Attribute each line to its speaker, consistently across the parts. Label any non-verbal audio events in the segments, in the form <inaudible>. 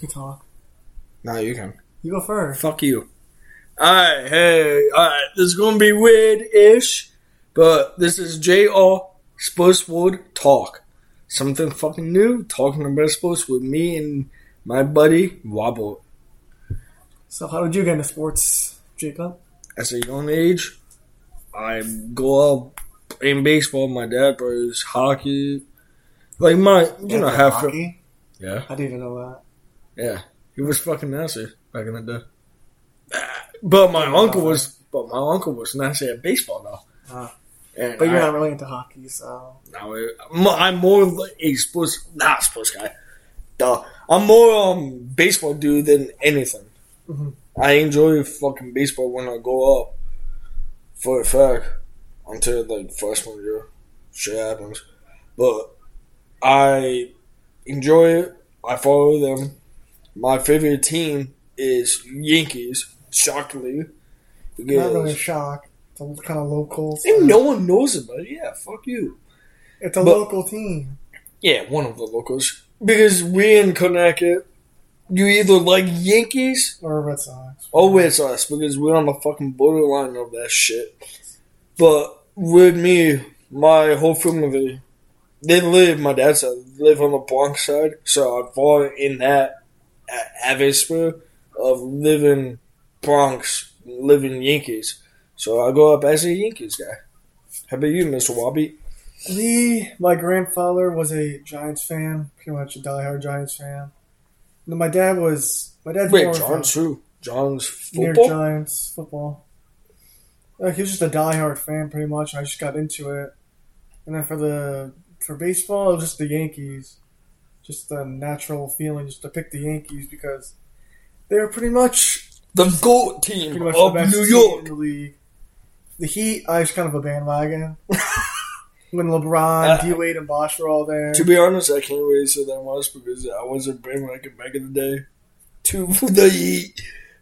Speaker 1: can talk.
Speaker 2: No, you can.
Speaker 1: You go first.
Speaker 2: Fuck you. Alright, hey, alright, this is gonna be weird ish, but this is JR Spurswood Talk. Something fucking new, talking about sports with me and my buddy Wobble.
Speaker 1: So, how did you get into sports, Jacob?
Speaker 2: As a young age, I go out playing baseball. My dad plays hockey. Like, my, you know, half.
Speaker 1: hockey.
Speaker 2: Yeah.
Speaker 1: I didn't know that.
Speaker 2: Yeah, he was fucking nasty back in the day. But my uncle was, but my uncle was nasty at baseball though.
Speaker 1: Ah.
Speaker 2: and
Speaker 1: But you're
Speaker 2: I,
Speaker 1: not really into hockey, so
Speaker 2: now I, am more like a sports, not a sports guy. Duh. I'm more um baseball dude than anything.
Speaker 1: Mhm.
Speaker 2: I enjoy fucking baseball when I go up. For a fact, until like freshman year, shit happens. But I enjoy it. I follow them. My favorite team is Yankees. Shockingly,
Speaker 1: I'm not really a
Speaker 2: because
Speaker 1: shock. It's a kind of local.
Speaker 2: and no one knows about it. Yeah, fuck you.
Speaker 1: It's a
Speaker 2: but-
Speaker 1: local team.
Speaker 2: Yeah, one of the locals. Because we in Connecticut, you either like Yankees
Speaker 1: Or a Red Sox.
Speaker 2: or Red Sox because we're on the fucking borderline of that shit. But with me, my whole family, they live, my dad's side, they live on the Bronx side, so I fall in that a- atmosphere of living Bronx, living Yankees. So I go up as a Yankees guy. How about you, Mr. Wabi?
Speaker 1: Me, my grandfather was a Giants fan, pretty much a diehard Giants fan. No, my dad was my dad's more
Speaker 2: Wait,
Speaker 1: of a-
Speaker 2: John's who? John's
Speaker 1: near
Speaker 2: football?
Speaker 1: Giants football. Like he was just a diehard fan, pretty much. And I just got into it, and then for the for baseball, it was just the Yankees. Just the natural feeling, just to pick the Yankees because they were pretty much
Speaker 2: the GOAT team
Speaker 1: pretty much
Speaker 2: of
Speaker 1: the best
Speaker 2: New
Speaker 1: team
Speaker 2: York.
Speaker 1: in the league. The Heat, I was kind of a bandwagon. <laughs> when LeBron,
Speaker 2: Uh,
Speaker 1: D Wade, and Bosh were all there,
Speaker 2: To be honest, I can't really say that much because I was a bandwagon back in the day to <laughs> the Heat.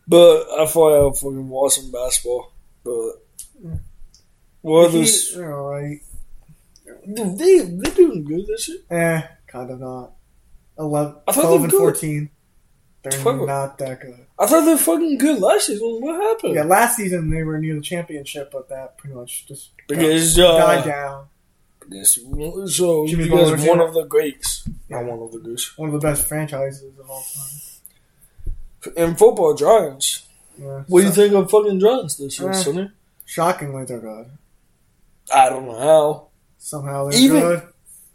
Speaker 2: But I thought I was fucking watching basketball. But
Speaker 1: the
Speaker 2: well,
Speaker 1: Heat,
Speaker 2: this
Speaker 1: they're all right.
Speaker 2: dude, they they doing good this year.
Speaker 1: Eh, kind of not. 11,
Speaker 2: I thought they
Speaker 1: 12
Speaker 2: were
Speaker 1: and
Speaker 2: good.
Speaker 1: 14. They're
Speaker 2: 12.
Speaker 1: not that good.
Speaker 2: I thought they were fucking good last season. What happened?
Speaker 1: Yeah, last season they were near the championship, but that pretty much just
Speaker 2: because
Speaker 1: died
Speaker 2: uh,
Speaker 1: down.
Speaker 2: this, so
Speaker 1: Jimmy
Speaker 2: you
Speaker 1: Butler
Speaker 2: guys
Speaker 1: too.
Speaker 2: one of the greats.
Speaker 1: Yeah.
Speaker 2: Not one of the goose.
Speaker 1: One of the best franchises of all time.
Speaker 2: In football, Giants.
Speaker 1: Yeah.
Speaker 2: What do you
Speaker 1: So-
Speaker 2: think of fucking Giants this year,
Speaker 1: Eh.
Speaker 2: Sonny?
Speaker 1: Shockingly, they're good.
Speaker 2: I don't know how.
Speaker 1: Somehow they're
Speaker 2: Even-
Speaker 1: good.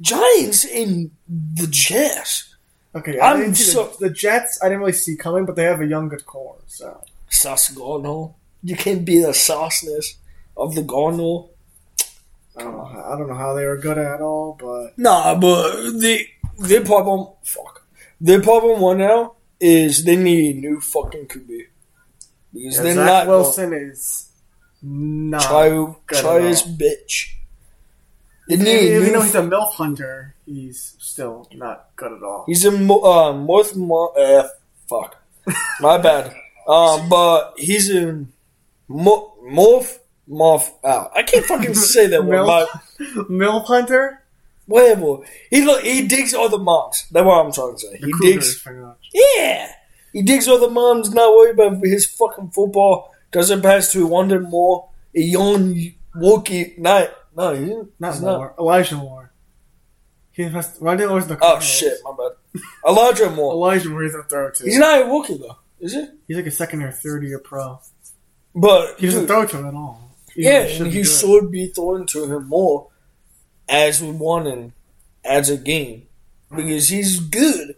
Speaker 2: Giants in the Jets.
Speaker 1: Okay, I
Speaker 2: I'm
Speaker 1: didn't see
Speaker 2: so-
Speaker 1: the, the Jets. I didn't really see coming, but they have a younger core. So
Speaker 2: Sauce Garnell. You can't be the sauceness of the Garnell.
Speaker 1: I don't know. How, I don't know how they were good at all, but
Speaker 2: Nah, but the their problem fuck. Their problem one now is they need a new fucking QB. Because
Speaker 1: Yeah,
Speaker 2: they're
Speaker 1: Zach
Speaker 2: not
Speaker 1: Wilson is not.
Speaker 2: try
Speaker 1: good
Speaker 2: try
Speaker 1: at all.
Speaker 2: his bitch. They
Speaker 1: even,
Speaker 2: need a
Speaker 1: even
Speaker 2: new
Speaker 1: though he's
Speaker 2: f-
Speaker 1: a milf hunter, he's still not good at all.
Speaker 2: he's a mo- uh, North Mo- uh, fuck.
Speaker 1: <laughs>
Speaker 2: My bad. Um, but he's in Mo- Morph Morph out. I can't
Speaker 1: <laughs>
Speaker 2: fucking say that word.
Speaker 1: Milf-
Speaker 2: My,
Speaker 1: <laughs> milf hunter.
Speaker 2: Whatever. He look. He digs other moms. That's what I'm trying to say. He
Speaker 1: Cougars,
Speaker 2: digs.
Speaker 1: pretty much.
Speaker 2: Yeah. He digs other moms. Not worried about his fucking football. Doesn't pass to Wonder Moore. A young Wookie. Not. No. He,
Speaker 1: Not
Speaker 2: he's
Speaker 1: Moore. Elijah Moore. He must. Why did always the
Speaker 2: Oh
Speaker 1: Cardinals.
Speaker 2: shit. My bad. Elijah
Speaker 1: <laughs>
Speaker 2: Moore.
Speaker 1: Elijah Moore is a throw to.
Speaker 2: He's not a Wookie though, is he?
Speaker 1: He's like a second or third year pro.
Speaker 2: But
Speaker 1: He doesn't
Speaker 2: dude,
Speaker 1: throw to him at all. Even
Speaker 2: yeah,
Speaker 1: though should
Speaker 2: and
Speaker 1: be
Speaker 2: he
Speaker 1: good.
Speaker 2: should be thrown to him more as we won and as a game because he's good.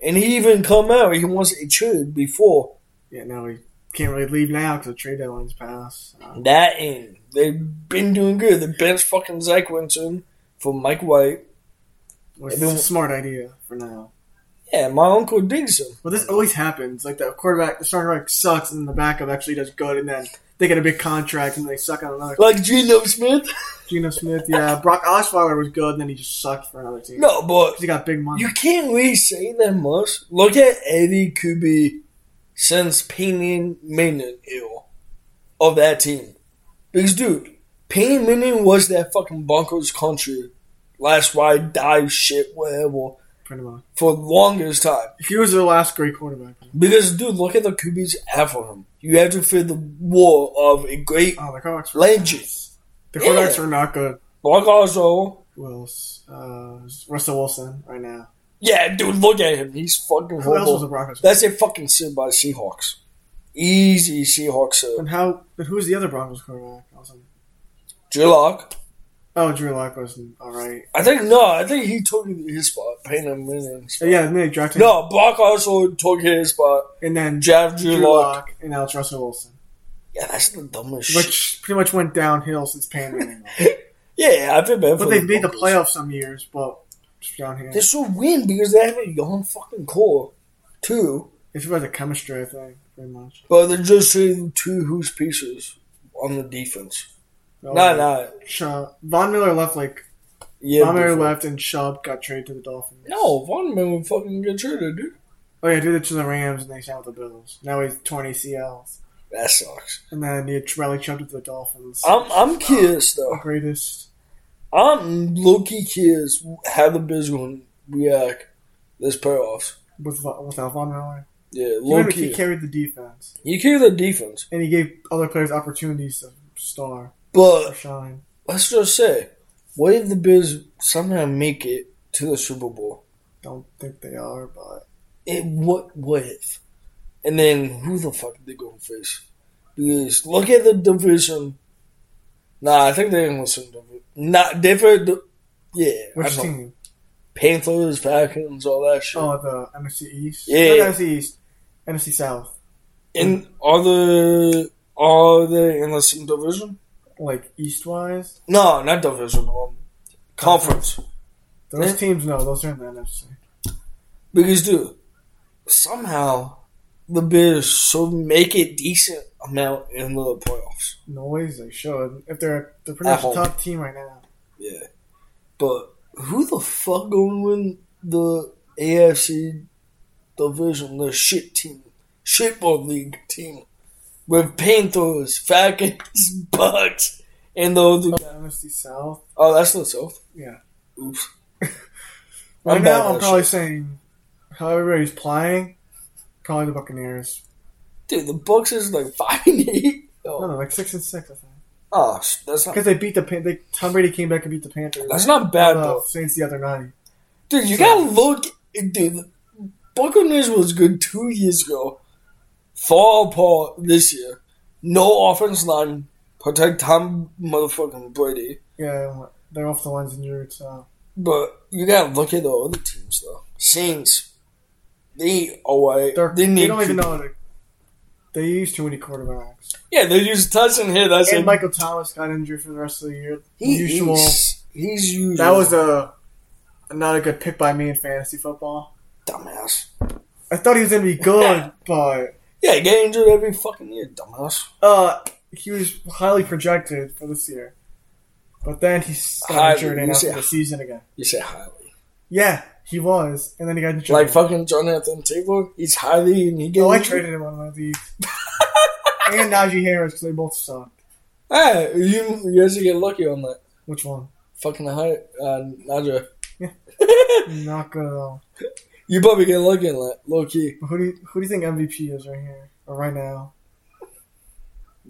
Speaker 2: And he even come out. He wants a chud before.
Speaker 1: Yeah, no, he can't really leave now because the trade deadline's passed. Uh,
Speaker 2: That and they've been doing good. They benched fucking Zach Winston for Mike White.
Speaker 1: which is
Speaker 2: Everyone-
Speaker 1: a smart idea for now.
Speaker 2: Yeah, my uncle digs him.
Speaker 1: But this oh, always happens. Like the quarterback, the starting quarterback sucks, and the backup actually does good, and then they get a big contract and they suck on another.
Speaker 2: Like Geno Smith.
Speaker 1: Geno Smith, yeah, Brock Osweiler was good, and then he just sucked for another team.
Speaker 2: No, but
Speaker 1: 'Cause he got big money.
Speaker 2: you can't really say that much. Look at Eddie Kubi since Payne Manning ill of that team. Because dude, Payne Manning was that fucking Broncos country. Last ride, die shit, whatever.
Speaker 1: pretty much.
Speaker 2: for longest time.
Speaker 1: He was their last great quarterback.
Speaker 2: Because, dude, look at the QBs after him. You have to fear the war of a great
Speaker 1: Oh, the Cox.
Speaker 2: legend.
Speaker 1: The
Speaker 2: Yeah.
Speaker 1: quarterbacks are not good.
Speaker 2: Like also,
Speaker 1: Who else? Uh, Russell Wilson right now.
Speaker 2: yeah, dude, look at him. He's fucking
Speaker 1: Who else was the
Speaker 2: horrible.
Speaker 1: Broncos?
Speaker 2: That's a fucking sin by the Seahawks. Easy Seahawks uh, sin.
Speaker 1: And how? But who was the other Broncos quarterback? Also-
Speaker 2: Drew Lock.
Speaker 1: Oh, Drew Lock was all right.
Speaker 2: I think no. I think he took his spot. Payton Manning's.
Speaker 1: Uh, Yeah, and then they drafted him.
Speaker 2: No, Brock also took his spot.
Speaker 1: and then
Speaker 2: Jav
Speaker 1: Drew
Speaker 2: Drew Lock.
Speaker 1: Lock and now it's Russell Wilson,
Speaker 2: Yeah, that's the dumbest shit.
Speaker 1: which pretty much went downhill since Peyton Manning.
Speaker 2: <laughs> Yeah, I feel bad for
Speaker 1: but they've
Speaker 2: the
Speaker 1: made the
Speaker 2: Broncos.
Speaker 1: playoffs some years, but just down here.
Speaker 2: They should win because they have a young fucking core, too.
Speaker 1: It's about the chemistry, I think, pretty much.
Speaker 2: But they're just trading two whose pieces on the defense.
Speaker 1: No,
Speaker 2: Nah, nah.
Speaker 1: Shaw, Von Miller left like
Speaker 2: Yeah,
Speaker 1: Von Miller
Speaker 2: defense.
Speaker 1: left, and Schaub got traded to the Dolphins.
Speaker 2: No, Von Miller would fucking get traded, dude.
Speaker 1: Oh yeah, did it to the Rams, and they signed with the Bills. Now he's torn ACLs,
Speaker 2: That sucks.
Speaker 1: and then he really chubbed it to the Dolphins.
Speaker 2: I'm I'm curious
Speaker 1: the
Speaker 2: though.
Speaker 1: greatest.
Speaker 2: I'm low key curious how the Bills going react this playoffs.
Speaker 1: With, Von- without Von Miller,
Speaker 2: Yeah,
Speaker 1: He
Speaker 2: low
Speaker 1: really- he
Speaker 2: key.
Speaker 1: carried the defense,
Speaker 2: You carry the defense,
Speaker 1: and he gave other players opportunities to star or
Speaker 2: but
Speaker 1: shine.
Speaker 2: let's just say, what if the Bills somehow make it to the Super Bowl?
Speaker 1: Don't think they are, but
Speaker 2: It what what if? And then who the fuck are they going to face? Because look at the division. Nah, I think they're in the same division. Not different. di- Yeah, I
Speaker 1: which
Speaker 2: don't-
Speaker 1: team?
Speaker 2: Panthers, Falcons, all that shit.
Speaker 1: Oh, the NFC East.
Speaker 2: Yeah.
Speaker 1: Not NFC East, NFC South,
Speaker 2: And are they are they in the same division?
Speaker 1: like East wise.
Speaker 2: No, not division. Um, conference.
Speaker 1: Those
Speaker 2: Yeah.
Speaker 1: teams, no, those are in the NFC.
Speaker 2: Because dude, somehow the Bears should make a decent amount in the playoffs.
Speaker 1: Noise they should. If they're they're pretty
Speaker 2: At
Speaker 1: much the
Speaker 2: home.
Speaker 1: top team right now.
Speaker 2: Yeah, but who the fuck gonna win the AFC division? The shit team, shitball league team with Panthers, Falcons, <laughs> Bucks, and the other
Speaker 1: The NFC South.
Speaker 2: Oh, that's not so.
Speaker 1: Yeah. <laughs>
Speaker 2: Oops.
Speaker 1: Right
Speaker 2: I'm
Speaker 1: now,
Speaker 2: bad
Speaker 1: I'm
Speaker 2: at
Speaker 1: probably
Speaker 2: shit.
Speaker 1: saying how everybody's playing. Probably the Buccaneers.
Speaker 2: Dude, the Bucks is like <laughs> five and eight.
Speaker 1: No,
Speaker 2: Oh,
Speaker 1: no, like six and six. I think
Speaker 2: oh sh- that's not
Speaker 1: because they beat the Pan- they Tom Brady came back and beat the Panthers.
Speaker 2: that's not bad
Speaker 1: uh,
Speaker 2: though.
Speaker 1: Saints the other night.
Speaker 2: Dude, you gotta look. Dude, Buccaneers was good two years ago. Fall apart this year. No offense line. Protect Tom motherfucking Brady.
Speaker 1: Yeah, they're off the lines injured. So
Speaker 2: But you gotta look at the other teams though. Saints. They away.
Speaker 1: they're,
Speaker 2: They
Speaker 1: they
Speaker 2: need.
Speaker 1: don't even
Speaker 2: to-
Speaker 1: know how to. They use too many quarterbacks.
Speaker 2: Yeah, they just touching here. That's
Speaker 1: And
Speaker 2: it.
Speaker 1: Michael Thomas got injured for the rest of the year.
Speaker 2: He-
Speaker 1: usual.
Speaker 2: He's, he's usual.
Speaker 1: That was a not a good pick by me in fantasy football.
Speaker 2: dumbass.
Speaker 1: I thought he was
Speaker 2: <laughs>
Speaker 1: gonna be good, but
Speaker 2: Yeah, get injured every fucking year, dumbass.
Speaker 1: uh, he was highly projected for this year. But then he got
Speaker 2: Highly,
Speaker 1: injured
Speaker 2: you
Speaker 1: and after
Speaker 2: say-
Speaker 1: the season again.
Speaker 2: You say highly.
Speaker 1: Yeah, he was, and then he got injured.
Speaker 2: Like fucking Jonathan Taylor, he's highly and he gets
Speaker 1: oh, I
Speaker 2: injured.
Speaker 1: traded him on my league. <laughs> and Najee Harris, 'cause they both suck.
Speaker 2: Hey, you you guys get lucky on that.
Speaker 1: Which one?
Speaker 2: Fucking high uh
Speaker 1: <laughs>
Speaker 2: Nadja.
Speaker 1: Yeah. Not good at all.
Speaker 2: you probably get lucky on that, low key.
Speaker 1: But who do you, who do you think MVP is right here or right now?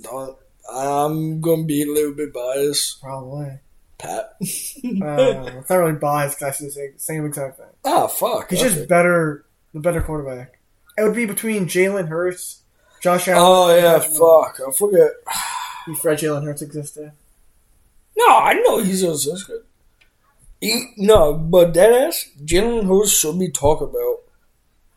Speaker 2: Don't- I'm gonna be a little bit biased,
Speaker 1: Probably.
Speaker 2: Pat. <laughs>
Speaker 1: Uh, it's not really biased because I see the same, same exact thing.
Speaker 2: ah fuck.
Speaker 1: He's
Speaker 2: okay.
Speaker 1: just better, the better quarterback. It would be between Jalen Hurts, Josh Allen.
Speaker 2: Oh yeah, fuck. I forget.
Speaker 1: You forgot Jalen Hurts existed.
Speaker 2: No, I know he's a that's good. He, no, but that ass, Jalen Hurts should be talked about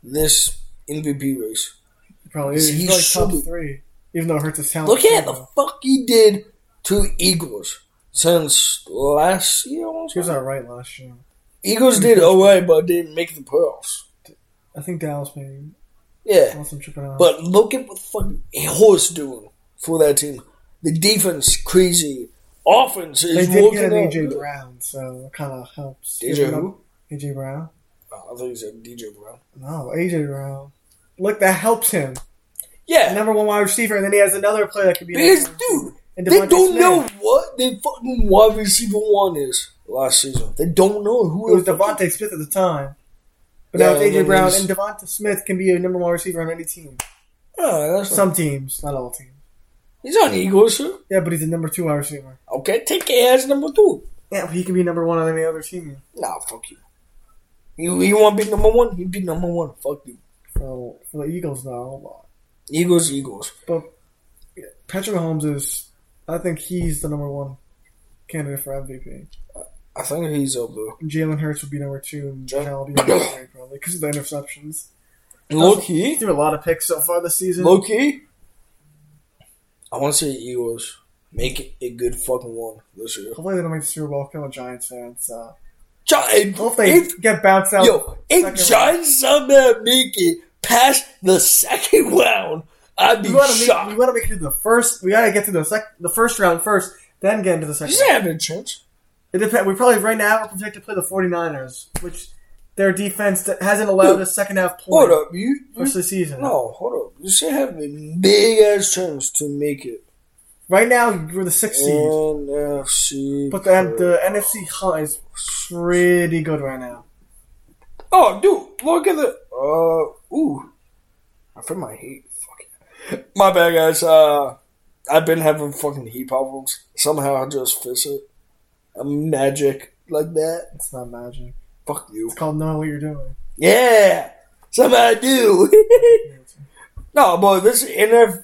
Speaker 2: this MVP race.
Speaker 1: He probably
Speaker 2: He's-
Speaker 1: is. He's,
Speaker 2: he's
Speaker 1: like
Speaker 2: so-
Speaker 1: top three, even though Hurts is talented.
Speaker 2: Look at the fuck he did to Eagles since last year. I wanna
Speaker 1: He was
Speaker 2: say.
Speaker 1: alright last year.
Speaker 2: Eagles did alright, but didn't make the playoffs.
Speaker 1: I think Dallas maybe
Speaker 2: Yeah,
Speaker 1: awesome tripping out.
Speaker 2: but look at what fucking Horse doing for that team. The defense crazy, offense
Speaker 1: they
Speaker 2: is
Speaker 1: did get an
Speaker 2: working out.
Speaker 1: AJ Brown, so it kind of helps.
Speaker 2: DJ
Speaker 1: Giving
Speaker 2: who?
Speaker 1: up- AJ Brown.
Speaker 2: Oh, I think he said DJ Brown.
Speaker 1: No, AJ Brown. Look, that helps him.
Speaker 2: Yeah,
Speaker 1: Number one wide receiver, and then he has another player that could be.
Speaker 2: because dude,
Speaker 1: and
Speaker 2: They
Speaker 1: Devontae
Speaker 2: don't
Speaker 1: Smith.
Speaker 2: know what they fucking wide receiver one is last season. They don't know
Speaker 1: It
Speaker 2: who
Speaker 1: was
Speaker 2: the fuck-
Speaker 1: Devontae Smith at the time. But now
Speaker 2: Yeah,
Speaker 1: with
Speaker 2: and then
Speaker 1: AJ Brown
Speaker 2: he's-
Speaker 1: and Devonta Smith can be a number one receiver on any team.
Speaker 2: Oh, that's
Speaker 1: Some teams, not all teams.
Speaker 2: he's on Eagles, sir.
Speaker 1: Yeah, but he's a number two wide receiver.
Speaker 2: Okay, take it as number two.
Speaker 1: Yeah, but he can be number one on any other team.
Speaker 2: Nah, fuck you. You you want to be number one? You be number one. Fuck you.
Speaker 1: So for the Eagles now,
Speaker 2: Eagles, Eagles.
Speaker 1: Patrick Mahomes is. I think he's the number one candidate for MVP.
Speaker 2: I think he's up there.
Speaker 1: Jalen Hurts would be number two, and
Speaker 2: Jalen-
Speaker 1: Jalen will be
Speaker 2: <coughs>
Speaker 1: number three probably because of the interceptions.
Speaker 2: Low key,
Speaker 1: threw a lot of picks so far this season.
Speaker 2: low key. I want to say Eagles make it a good fucking one this year.
Speaker 1: Hopefully they don't make the Super Bowl. 'cause I'm a Giants fan, so
Speaker 2: Giant,
Speaker 1: hope they
Speaker 2: if,
Speaker 1: get bounced out.
Speaker 2: yo,
Speaker 1: second
Speaker 2: if
Speaker 1: round.
Speaker 2: Giants somehow make it past the second <laughs> round, I'd be
Speaker 1: we gotta make
Speaker 2: shocked.
Speaker 1: we gotta make it to the first. We gotta get to the sec, the first round first, then get into the second.
Speaker 2: He's not having a chance.
Speaker 1: It depends. We probably right now we're projected to play the 49ers, which their defense that hasn't allowed a second half
Speaker 2: Hold
Speaker 1: point
Speaker 2: up, you. you
Speaker 1: for the season.
Speaker 2: no, hold up. You should have a big ass chance to make it.
Speaker 1: Right now we're the sixth
Speaker 2: Oh,
Speaker 1: seed,
Speaker 2: NFC.
Speaker 1: but then the NFC hunt is pretty good right now.
Speaker 2: Oh, dude, look at the. Uh, ooh. I feel my heat. Fuck it. My bad, guys. Uh, I've been having fucking heat problems. Somehow I just fix it. I'm magic like that.
Speaker 1: It's not magic.
Speaker 2: Fuck you.
Speaker 1: It's called knowing what you're doing.
Speaker 2: Yeah! Somehow I do. <laughs> no, but this is NF-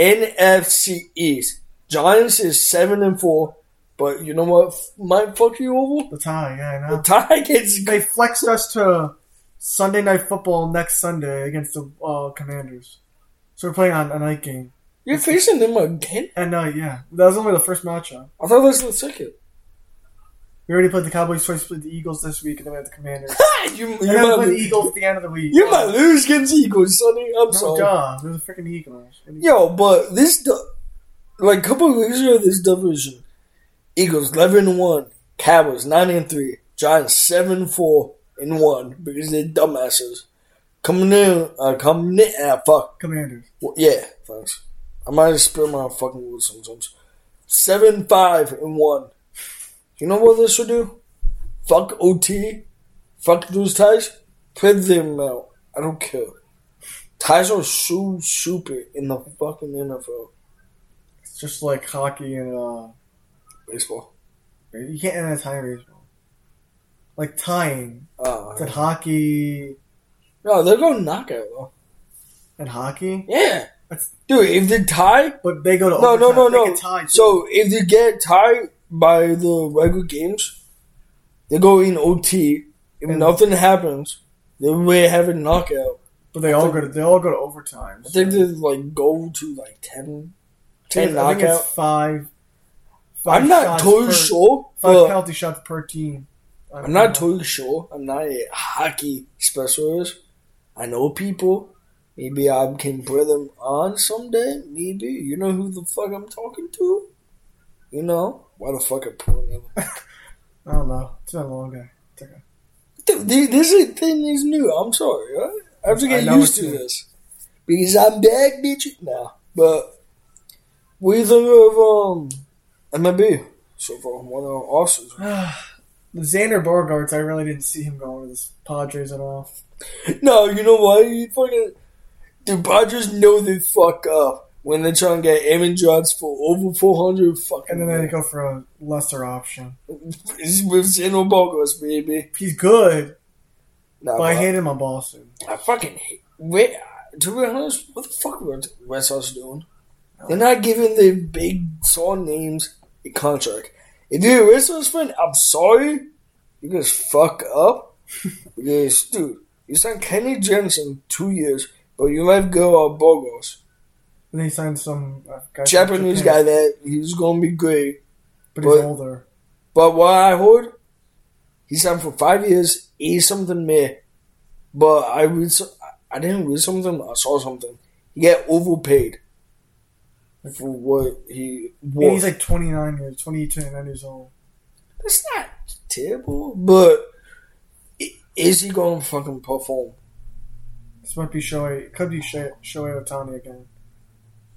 Speaker 2: NFC East. Giants is 7 and 4. But you know what f- might fuck you over?
Speaker 1: The tie, yeah, I
Speaker 2: The
Speaker 1: know.
Speaker 2: Tigers.
Speaker 1: They flexed us to Sunday night football next Sunday against the uh, Commanders. So we're playing on a night game.
Speaker 2: You're facing them again?
Speaker 1: And night, yeah. That was only the first matchup.
Speaker 2: I thought this was the second. <laughs>
Speaker 1: We already played the Cowboys twice, played the Eagles this week, and then we had the Commanders.
Speaker 2: Ha! <laughs> you you
Speaker 1: And then we
Speaker 2: might
Speaker 1: played the
Speaker 2: lose.
Speaker 1: Eagles at the end of the week. Uh,
Speaker 2: You might lose against Eagles, Sonny. I'm
Speaker 1: No
Speaker 2: sorry.
Speaker 1: job. They're the freaking Eagles.
Speaker 2: Yo, but this di- like couple of weeks ago, this division: Eagles eleven and one, Cowboys nine and three, Giants seven four and one because they're dumbasses. Coming in, uh, coming in, ah, fuck
Speaker 1: Commanders.
Speaker 2: well, yeah, thanks. I might just spill my fucking words sometimes. Seven five and one. You know what this would do? Fuck OT. Fuck those ties. Print them out. I don't care. Ties are so stupid in the fucking NFL
Speaker 1: It's just like hockey and uh,
Speaker 2: baseball.
Speaker 1: you can't end a tie in baseball. Like tying. It's in
Speaker 2: Uh,
Speaker 1: hockey
Speaker 2: no, they're going knockout though.
Speaker 1: and hockey,
Speaker 2: Yeah,
Speaker 1: That's-
Speaker 2: dude. If they tie,
Speaker 1: Oh, but they go to
Speaker 2: no, no,
Speaker 1: overtime.
Speaker 2: no,
Speaker 1: They
Speaker 2: no.
Speaker 1: get tied, too.
Speaker 2: So if they get tied by the regular games, they go in OT. If
Speaker 1: And-
Speaker 2: nothing happens, they will have a knockout.
Speaker 1: but they all go to they all go to overtime.
Speaker 2: I think
Speaker 1: so-
Speaker 2: they like go to like 10,
Speaker 1: I think
Speaker 2: 10
Speaker 1: I think
Speaker 2: knockout.
Speaker 1: it's five.
Speaker 2: I'm not
Speaker 1: shots
Speaker 2: totally
Speaker 1: per-
Speaker 2: sure,
Speaker 1: Five
Speaker 2: but
Speaker 1: penalty shots per team.
Speaker 2: I'm not totally sure. I'm not a hockey specialist. I know people. Maybe I can bring them on someday. Maybe you know who the fuck I'm talking to. You know why the fuck I pulling them.
Speaker 1: I don't know. It's been a long day. <sighs> It's okay.
Speaker 2: Dude, th- this is thing is new. I'm sorry. all right? I have to
Speaker 1: I
Speaker 2: get
Speaker 1: know
Speaker 2: used
Speaker 1: it's
Speaker 2: to
Speaker 1: new.
Speaker 2: this because I'm back, bitch. Now, but we think of um MLB so far. One of our offseason.
Speaker 1: Xander Bogarts, I really didn't see him going to this Padres at all.
Speaker 2: No, you know what? You fucking dude. Padres know they fuck up when they try and get Aaron Judge for over four hundred fucking.
Speaker 1: And then they go for a lesser option.
Speaker 2: it's with Zeno Bogarts, baby.
Speaker 1: He's good,
Speaker 2: Nah,
Speaker 1: but I
Speaker 2: but
Speaker 1: hate him on Boston.
Speaker 2: I fucking hate. Wait, to be honest, what the fuck were Red Sox doing? They're not giving the big star names a contract. If you're a Red Sox fan, I'm sorry, you just fuck up. because, dude, you signed Kenny Jensen two years, but you let go of Bogos,
Speaker 1: And they signed some uh, guy from
Speaker 2: Japanese guy
Speaker 1: Japan,
Speaker 2: that he's gonna be great.
Speaker 1: but he's
Speaker 2: but-
Speaker 1: older.
Speaker 2: But what I heard, he signed for five years, eight something meh. But I read, so- I didn't read something. I saw something. He got overpaid for what he
Speaker 1: And
Speaker 2: was.
Speaker 1: he's like 29 years, 28, 29 years old.
Speaker 2: That's not terrible, but i- is he gonna fucking perform?
Speaker 1: This might be Shohei. Could be Shohei, Shohei Otani again.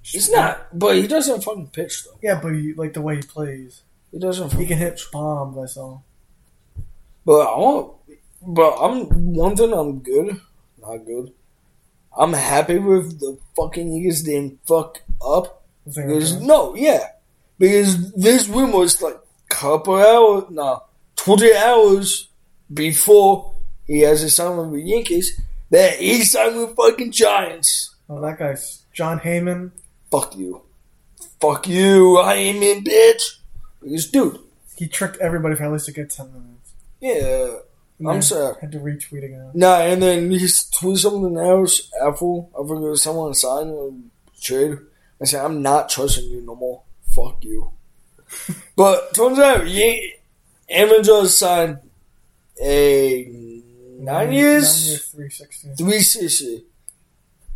Speaker 2: He's not, but he doesn't fucking pitch though.
Speaker 1: Yeah, but he, like the way he plays,
Speaker 2: He doesn't.
Speaker 1: he
Speaker 2: Fucking,
Speaker 1: can hit bombs. I saw.
Speaker 2: but I want But I'm one thing I'm good, not good. I'm happy with the fucking Eagles didn't fuck up.
Speaker 1: I think I'm
Speaker 2: Because
Speaker 1: good.
Speaker 2: no, yeah, because this win was like couple hours, nah, twenty hours before he has a sign with the Yankees. That he signed with fucking Giants.
Speaker 1: Oh, that guy's John Heyman.
Speaker 2: Fuck you, fuck you. I am in, bitch. Because dude,
Speaker 1: He tricked everybody for at least a good ten minutes.
Speaker 2: yeah,
Speaker 1: And
Speaker 2: I'm
Speaker 1: then
Speaker 2: sorry.
Speaker 1: Had to retweet again.
Speaker 2: Nah, and then he tweeted something else. Apple, I forget it was someone signed or trade. I said, I'm not trusting you no more. Fuck you. <laughs> but turns out, yeah, Aaron Judge signed a nine
Speaker 1: Nine
Speaker 2: years,
Speaker 1: years, three sixty.
Speaker 2: three sixty.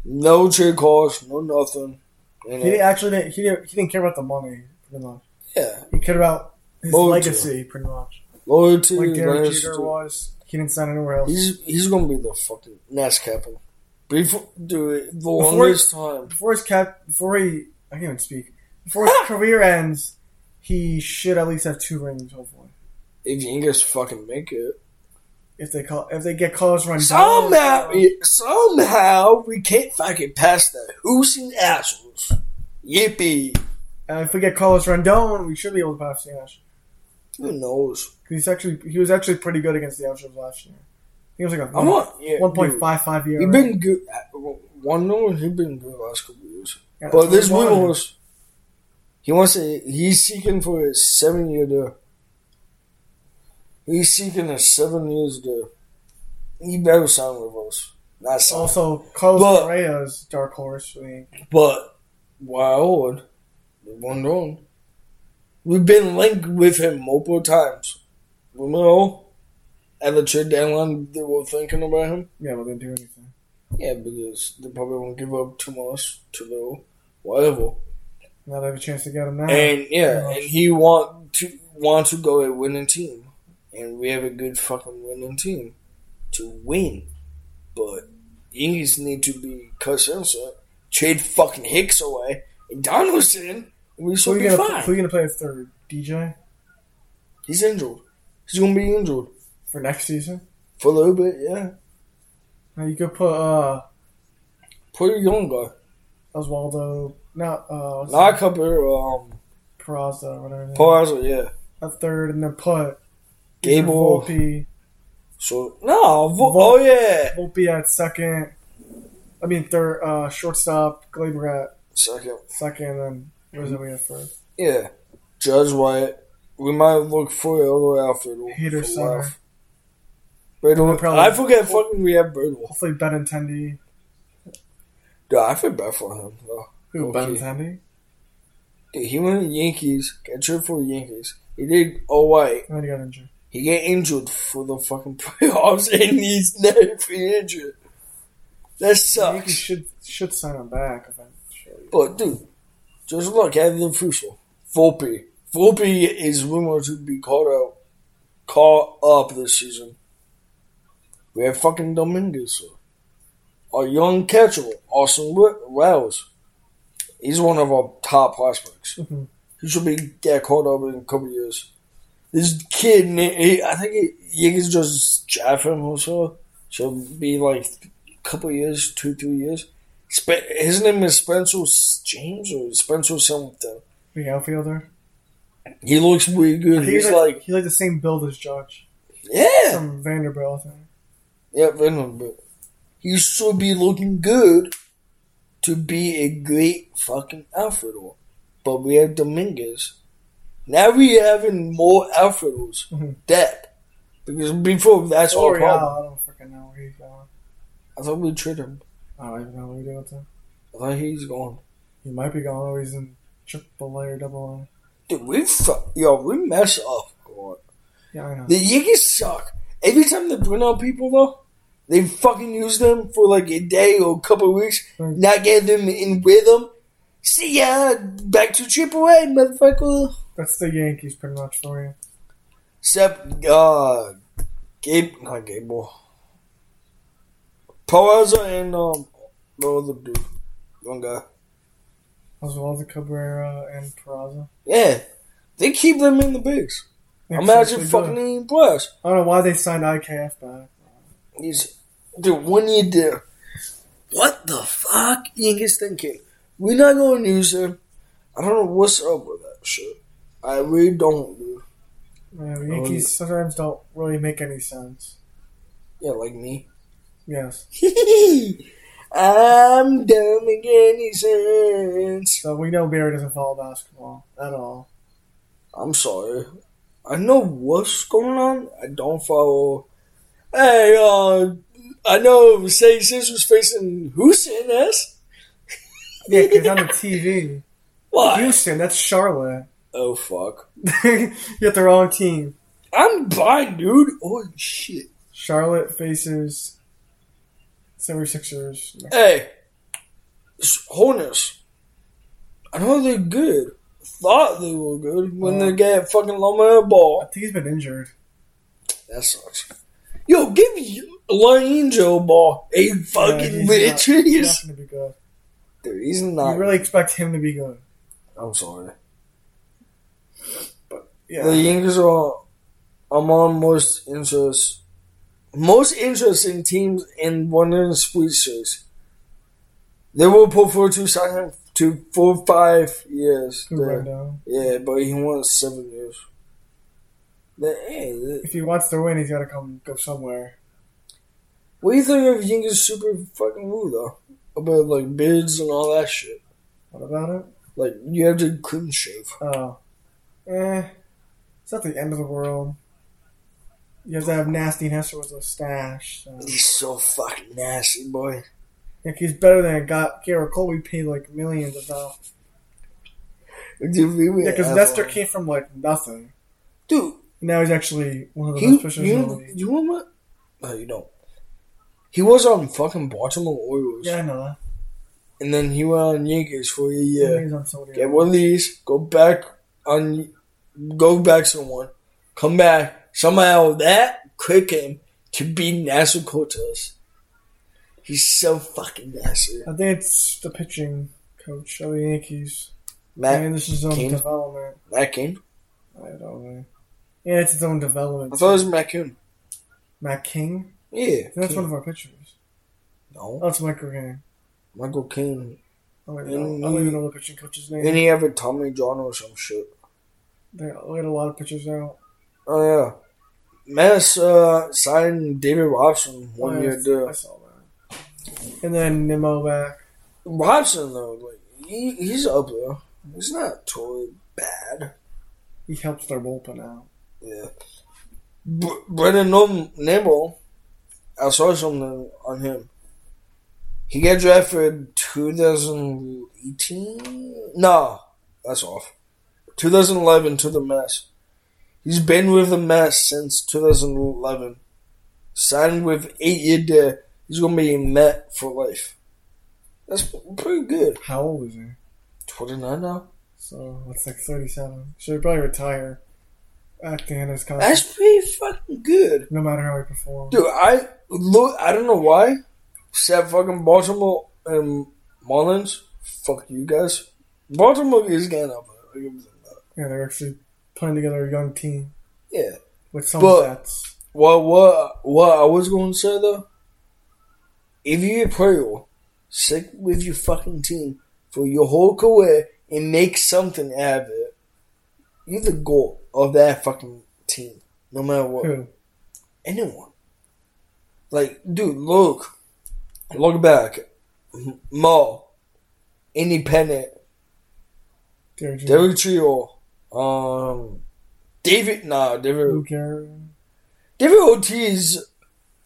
Speaker 2: No trade cost, no nothing. And
Speaker 1: He
Speaker 2: it-
Speaker 1: didn't, actually didn't. He didn't. He didn't care about the money. Pretty much.
Speaker 2: yeah,
Speaker 1: He cared about his
Speaker 2: Loyalty.
Speaker 1: legacy. Pretty much.
Speaker 2: loyalty.
Speaker 1: Like Derek
Speaker 2: loyalty.
Speaker 1: Jeter was. He didn't sign anywhere else.
Speaker 2: He's he's gonna be the fucking next captain. Before, dude, the
Speaker 1: Before-
Speaker 2: longest time.
Speaker 1: before his cap, before he, I can't even speak. Before
Speaker 2: <laughs>
Speaker 1: his career ends, he should at least have two rings. Hopefully,
Speaker 2: If Yankees fucking make it.
Speaker 1: if they call, if they get calls run Oh.
Speaker 2: Somehow, somehow we can't fucking pass the hoosing assholes. Yippee!
Speaker 1: Uh, if we get Carlos Rendon, we should be able to pass the Ash.
Speaker 2: Who knows?
Speaker 1: He's actually he was actually pretty good against the Astros last year. He was like a
Speaker 2: I want yeah,
Speaker 1: one point five five year.
Speaker 2: He been good. at- One no, he been good last couple years. But this one was. He wants to. He's seeking for a seven year deal. He's seeking a seven years deal. He better sign with us. Not sign.
Speaker 1: also Carlos
Speaker 2: But-
Speaker 1: Correa's dark horse. I mean,
Speaker 2: But Wild, they won on. We've been linked with him multiple times. Remember at the trade deadline they were thinking about him?
Speaker 1: yeah, but they didn't do anything.
Speaker 2: Yeah, because they probably won't give up too much, too little, whatever.
Speaker 1: Now they have a chance to get him now.
Speaker 2: And yeah,
Speaker 1: Yeah.
Speaker 2: and he want to want to go a winning team. And we have a good fucking winning team to win. But Yankees need to be cut sensor, trade fucking Hicks away, and Donaldson, and we
Speaker 1: who
Speaker 2: should
Speaker 1: are
Speaker 2: be
Speaker 1: you gonna
Speaker 2: fine.
Speaker 1: who you gonna play with third? DJ
Speaker 2: He's injured. He's gonna be injured
Speaker 1: for next season?
Speaker 2: for a little bit, yeah.
Speaker 1: Now you could put uh
Speaker 2: Put a young guy.
Speaker 1: Oswaldo, not uh what's
Speaker 2: Not a couple um
Speaker 1: it? Peraza, whatever. his name is.
Speaker 2: Peraza, yeah.
Speaker 1: At third, and then put
Speaker 2: Gable.
Speaker 1: Volpe,
Speaker 2: So no, Vo- oh yeah.
Speaker 1: Volpe at second. I mean third, uh, shortstop, Glaber at
Speaker 2: Second.
Speaker 1: second, and then where's it we have first?
Speaker 2: Yeah. Judge White. We might look for another outfielder.
Speaker 1: Hader
Speaker 2: for
Speaker 1: center.
Speaker 2: left. Bradle-
Speaker 1: We'll probably-
Speaker 2: I forget fucking we have Bradle.
Speaker 1: Hopefully Benintendi.
Speaker 2: Dude, I feel bad for him. Though.
Speaker 1: Who
Speaker 2: Okay.
Speaker 1: Benintendi?
Speaker 2: Dude, he went to the Yankees, got traded for the Yankees. He did all right.
Speaker 1: And then he got injured.
Speaker 2: He got injured for the fucking <laughs> playoffs, and he's never been injured. That
Speaker 1: The Yankees
Speaker 2: sucks.
Speaker 1: should should sign him back eventually.
Speaker 2: But Oh, dude, just look at the future. Volpe. Volpe is rumored to be called out, caught up this season. We have fucking Dominguez. Our young catcher, Austin Wi- Wells. He's one of our top prospects.
Speaker 1: Mhm.
Speaker 2: He should be get caught up in a couple years. This er kid, na- he, I think he, Yankees just draft him or so. Should be like a couple years, two, three years. Spe- his name is Spencer S- James or Spencer something.
Speaker 1: Big outfielder.
Speaker 2: He looks really good. He's, like,
Speaker 1: he like the same build as Judge
Speaker 2: yeah,
Speaker 1: from Vanderbilt. I think.
Speaker 2: yeah, Venom, but he should be looking good to be a great fucking outfielder. But we have Dominguez. Now we having more outfielders
Speaker 1: Mhm.
Speaker 2: depth because before that's our
Speaker 1: Or yeah,
Speaker 2: problem.
Speaker 1: I don't freaking know where he's going.
Speaker 2: I thought we traded him.
Speaker 1: I don't even know what we do with him.
Speaker 2: I thought he's gone.
Speaker 1: He might be gone, or he's in triple A or double
Speaker 2: Dude, we fu- yo, we mess up. God.
Speaker 1: A. Yeah, I know.
Speaker 2: The Yankees suck. Every time they bring out people though, they fucking use them for like a day or a couple of weeks,
Speaker 1: Right.
Speaker 2: not get them in rhythm. See ya, back to Triple A, motherfucker.
Speaker 1: That's the Yankees pretty much for you.
Speaker 2: Except uh, Gabe, not Gable, Peraza and um, the other dude, young guy.
Speaker 1: Oswaldo Cabrera and Peraza.
Speaker 2: Yeah, they keep them in the bigs.
Speaker 1: Yeah,
Speaker 2: Imagine
Speaker 1: seriously,
Speaker 2: fucking
Speaker 1: good.
Speaker 2: impressed.
Speaker 1: I don't know why they signed IKF back. Uh,
Speaker 2: He's, dude, what do you do? What the fuck? Yankees thinking. We're not going to use him. I don't know what's up with that shit. I really don't, dude.
Speaker 1: Yeah,
Speaker 2: Oh,
Speaker 1: the Yankees sometimes don't really make any sense.
Speaker 2: Yeah, like me. <laughs>
Speaker 1: Yes.
Speaker 2: I'm dumb again, he says.
Speaker 1: So we know Barry doesn't follow basketball at all.
Speaker 2: I'm sorry. I know what's going on. I don't follow. Hey, uh, I know Sages was facing Houston S.
Speaker 1: Yeah, because on the TV,
Speaker 2: <laughs> Why?
Speaker 1: Houston, that's Charlotte. <laughs>
Speaker 2: Oh, fuck.
Speaker 1: you got the wrong team.
Speaker 2: I'm blind, dude. Holy shit.
Speaker 1: Charlotte faces 76ers.
Speaker 2: Hey, s- Hornets. I know they're good. Thought they were good when
Speaker 1: Uh-huh.
Speaker 2: they got fucking Lamar
Speaker 1: I
Speaker 2: Ball.
Speaker 1: think he's been injured.
Speaker 2: That sucks. Yo, give Lonzo Ball a
Speaker 1: Yeah,
Speaker 2: fucking
Speaker 1: he's
Speaker 2: minute.
Speaker 1: not-
Speaker 2: He's,
Speaker 1: He's not going to be good.
Speaker 2: dude, he's
Speaker 1: You
Speaker 2: not.
Speaker 1: really expect him to be good.
Speaker 2: I'm sorry. The
Speaker 1: Yeah.
Speaker 2: Yankees are among most interest, most interesting teams in one of the Sweet Series. They will put forward to sign him to four five years.
Speaker 1: Who
Speaker 2: there.
Speaker 1: right now?
Speaker 2: Yeah, but he won seven years. But, hey, th-
Speaker 1: If he wants to win, he's got to come go somewhere.
Speaker 2: what do you think of Yinga's super fucking rule though? About like beards and all that shit.
Speaker 1: What about it?
Speaker 2: Like you have to clean shave.
Speaker 1: Oh. Eh. It's not the end of the world. You have to have Nasty Nestor with a stash. So.
Speaker 2: He's so fucking nasty, boy.
Speaker 1: Like, he's better than got Garrett Cole. We paid like millions of dollars.
Speaker 2: Dude, we were
Speaker 1: Yeah, because
Speaker 2: at
Speaker 1: Nestor
Speaker 2: one.
Speaker 1: came from like nothing.
Speaker 2: Dude,
Speaker 1: Now he's actually one of the
Speaker 2: he,
Speaker 1: best pitchers in the
Speaker 2: you,
Speaker 1: league.
Speaker 2: you remember? No, you don't. He was on fucking Baltimore Orioles,
Speaker 1: Yeah, I know that.
Speaker 2: and then he went on Yankees for a year.
Speaker 1: He's on somebody
Speaker 2: Get
Speaker 1: else.
Speaker 2: one of these. Go back on. Go back someone. Come back somehow. That quick him to be Nasser Cortez. He's so fucking nasty.
Speaker 1: I think it's the pitching coach of the Yankees.
Speaker 2: Matt,
Speaker 1: and this is his own
Speaker 2: Keane?
Speaker 1: development.
Speaker 2: Matt Cain.
Speaker 1: I don't know. Yeah, it's his own development.
Speaker 2: I thought it was Matt Cain.
Speaker 1: Matt King?
Speaker 2: Yeah,
Speaker 1: That's
Speaker 2: Cain.
Speaker 1: one of our pitchers.
Speaker 2: no
Speaker 1: Oh, it's Michael King.
Speaker 2: Michael Cain.
Speaker 1: I don't
Speaker 2: And
Speaker 1: even know, I don't even
Speaker 2: he-
Speaker 1: know the pitching coach's name.
Speaker 2: Mm-hmm. And he had a Tommy John or some shit.
Speaker 1: They let a lot of pitchers out.
Speaker 2: Oh yeah. Mass uh, signed David Robson one
Speaker 1: I-
Speaker 2: year. Too.
Speaker 1: I saw that. And then Nimmo back.
Speaker 2: Robson though, like he, he's up there. He's not totally bad.
Speaker 1: He helps their bullpen out.
Speaker 2: Yeah. Br- Brendan Nom- Nimmo, I saw something on him. He got drafted 2018? No, that's off. 2011 to the Mets. He's been with the Mets since 2011. Signed with eight year deal. He's going to be a Met for life. That's pretty good.
Speaker 1: How old is he?
Speaker 2: 29 now?
Speaker 1: So that's like 37. So he probably retire at the end of his contract,
Speaker 2: That's pretty fucking good.
Speaker 1: no matter how he performs.
Speaker 2: Dude, I look. I don't know why. Except fucking Baltimore and Marlins. Fuck you guys. Baltimore is getting up. I give them that.
Speaker 1: Yeah, they're actually putting together a young team
Speaker 2: Yeah.
Speaker 1: with some
Speaker 2: But-
Speaker 1: stats.
Speaker 2: What? What? What? I was going to say though. If you Imperial, stick with your fucking team for your whole career and make something out of it. You're the goal of that fucking team, no matter what.
Speaker 1: Who?
Speaker 2: anyone. Like, dude, look, look back, M- Mo, Independent,
Speaker 1: Derek Jeter,
Speaker 2: Derek Trio, um, David. Nah,
Speaker 1: Lou
Speaker 2: David.
Speaker 1: Gehrig,
Speaker 2: David Ortiz.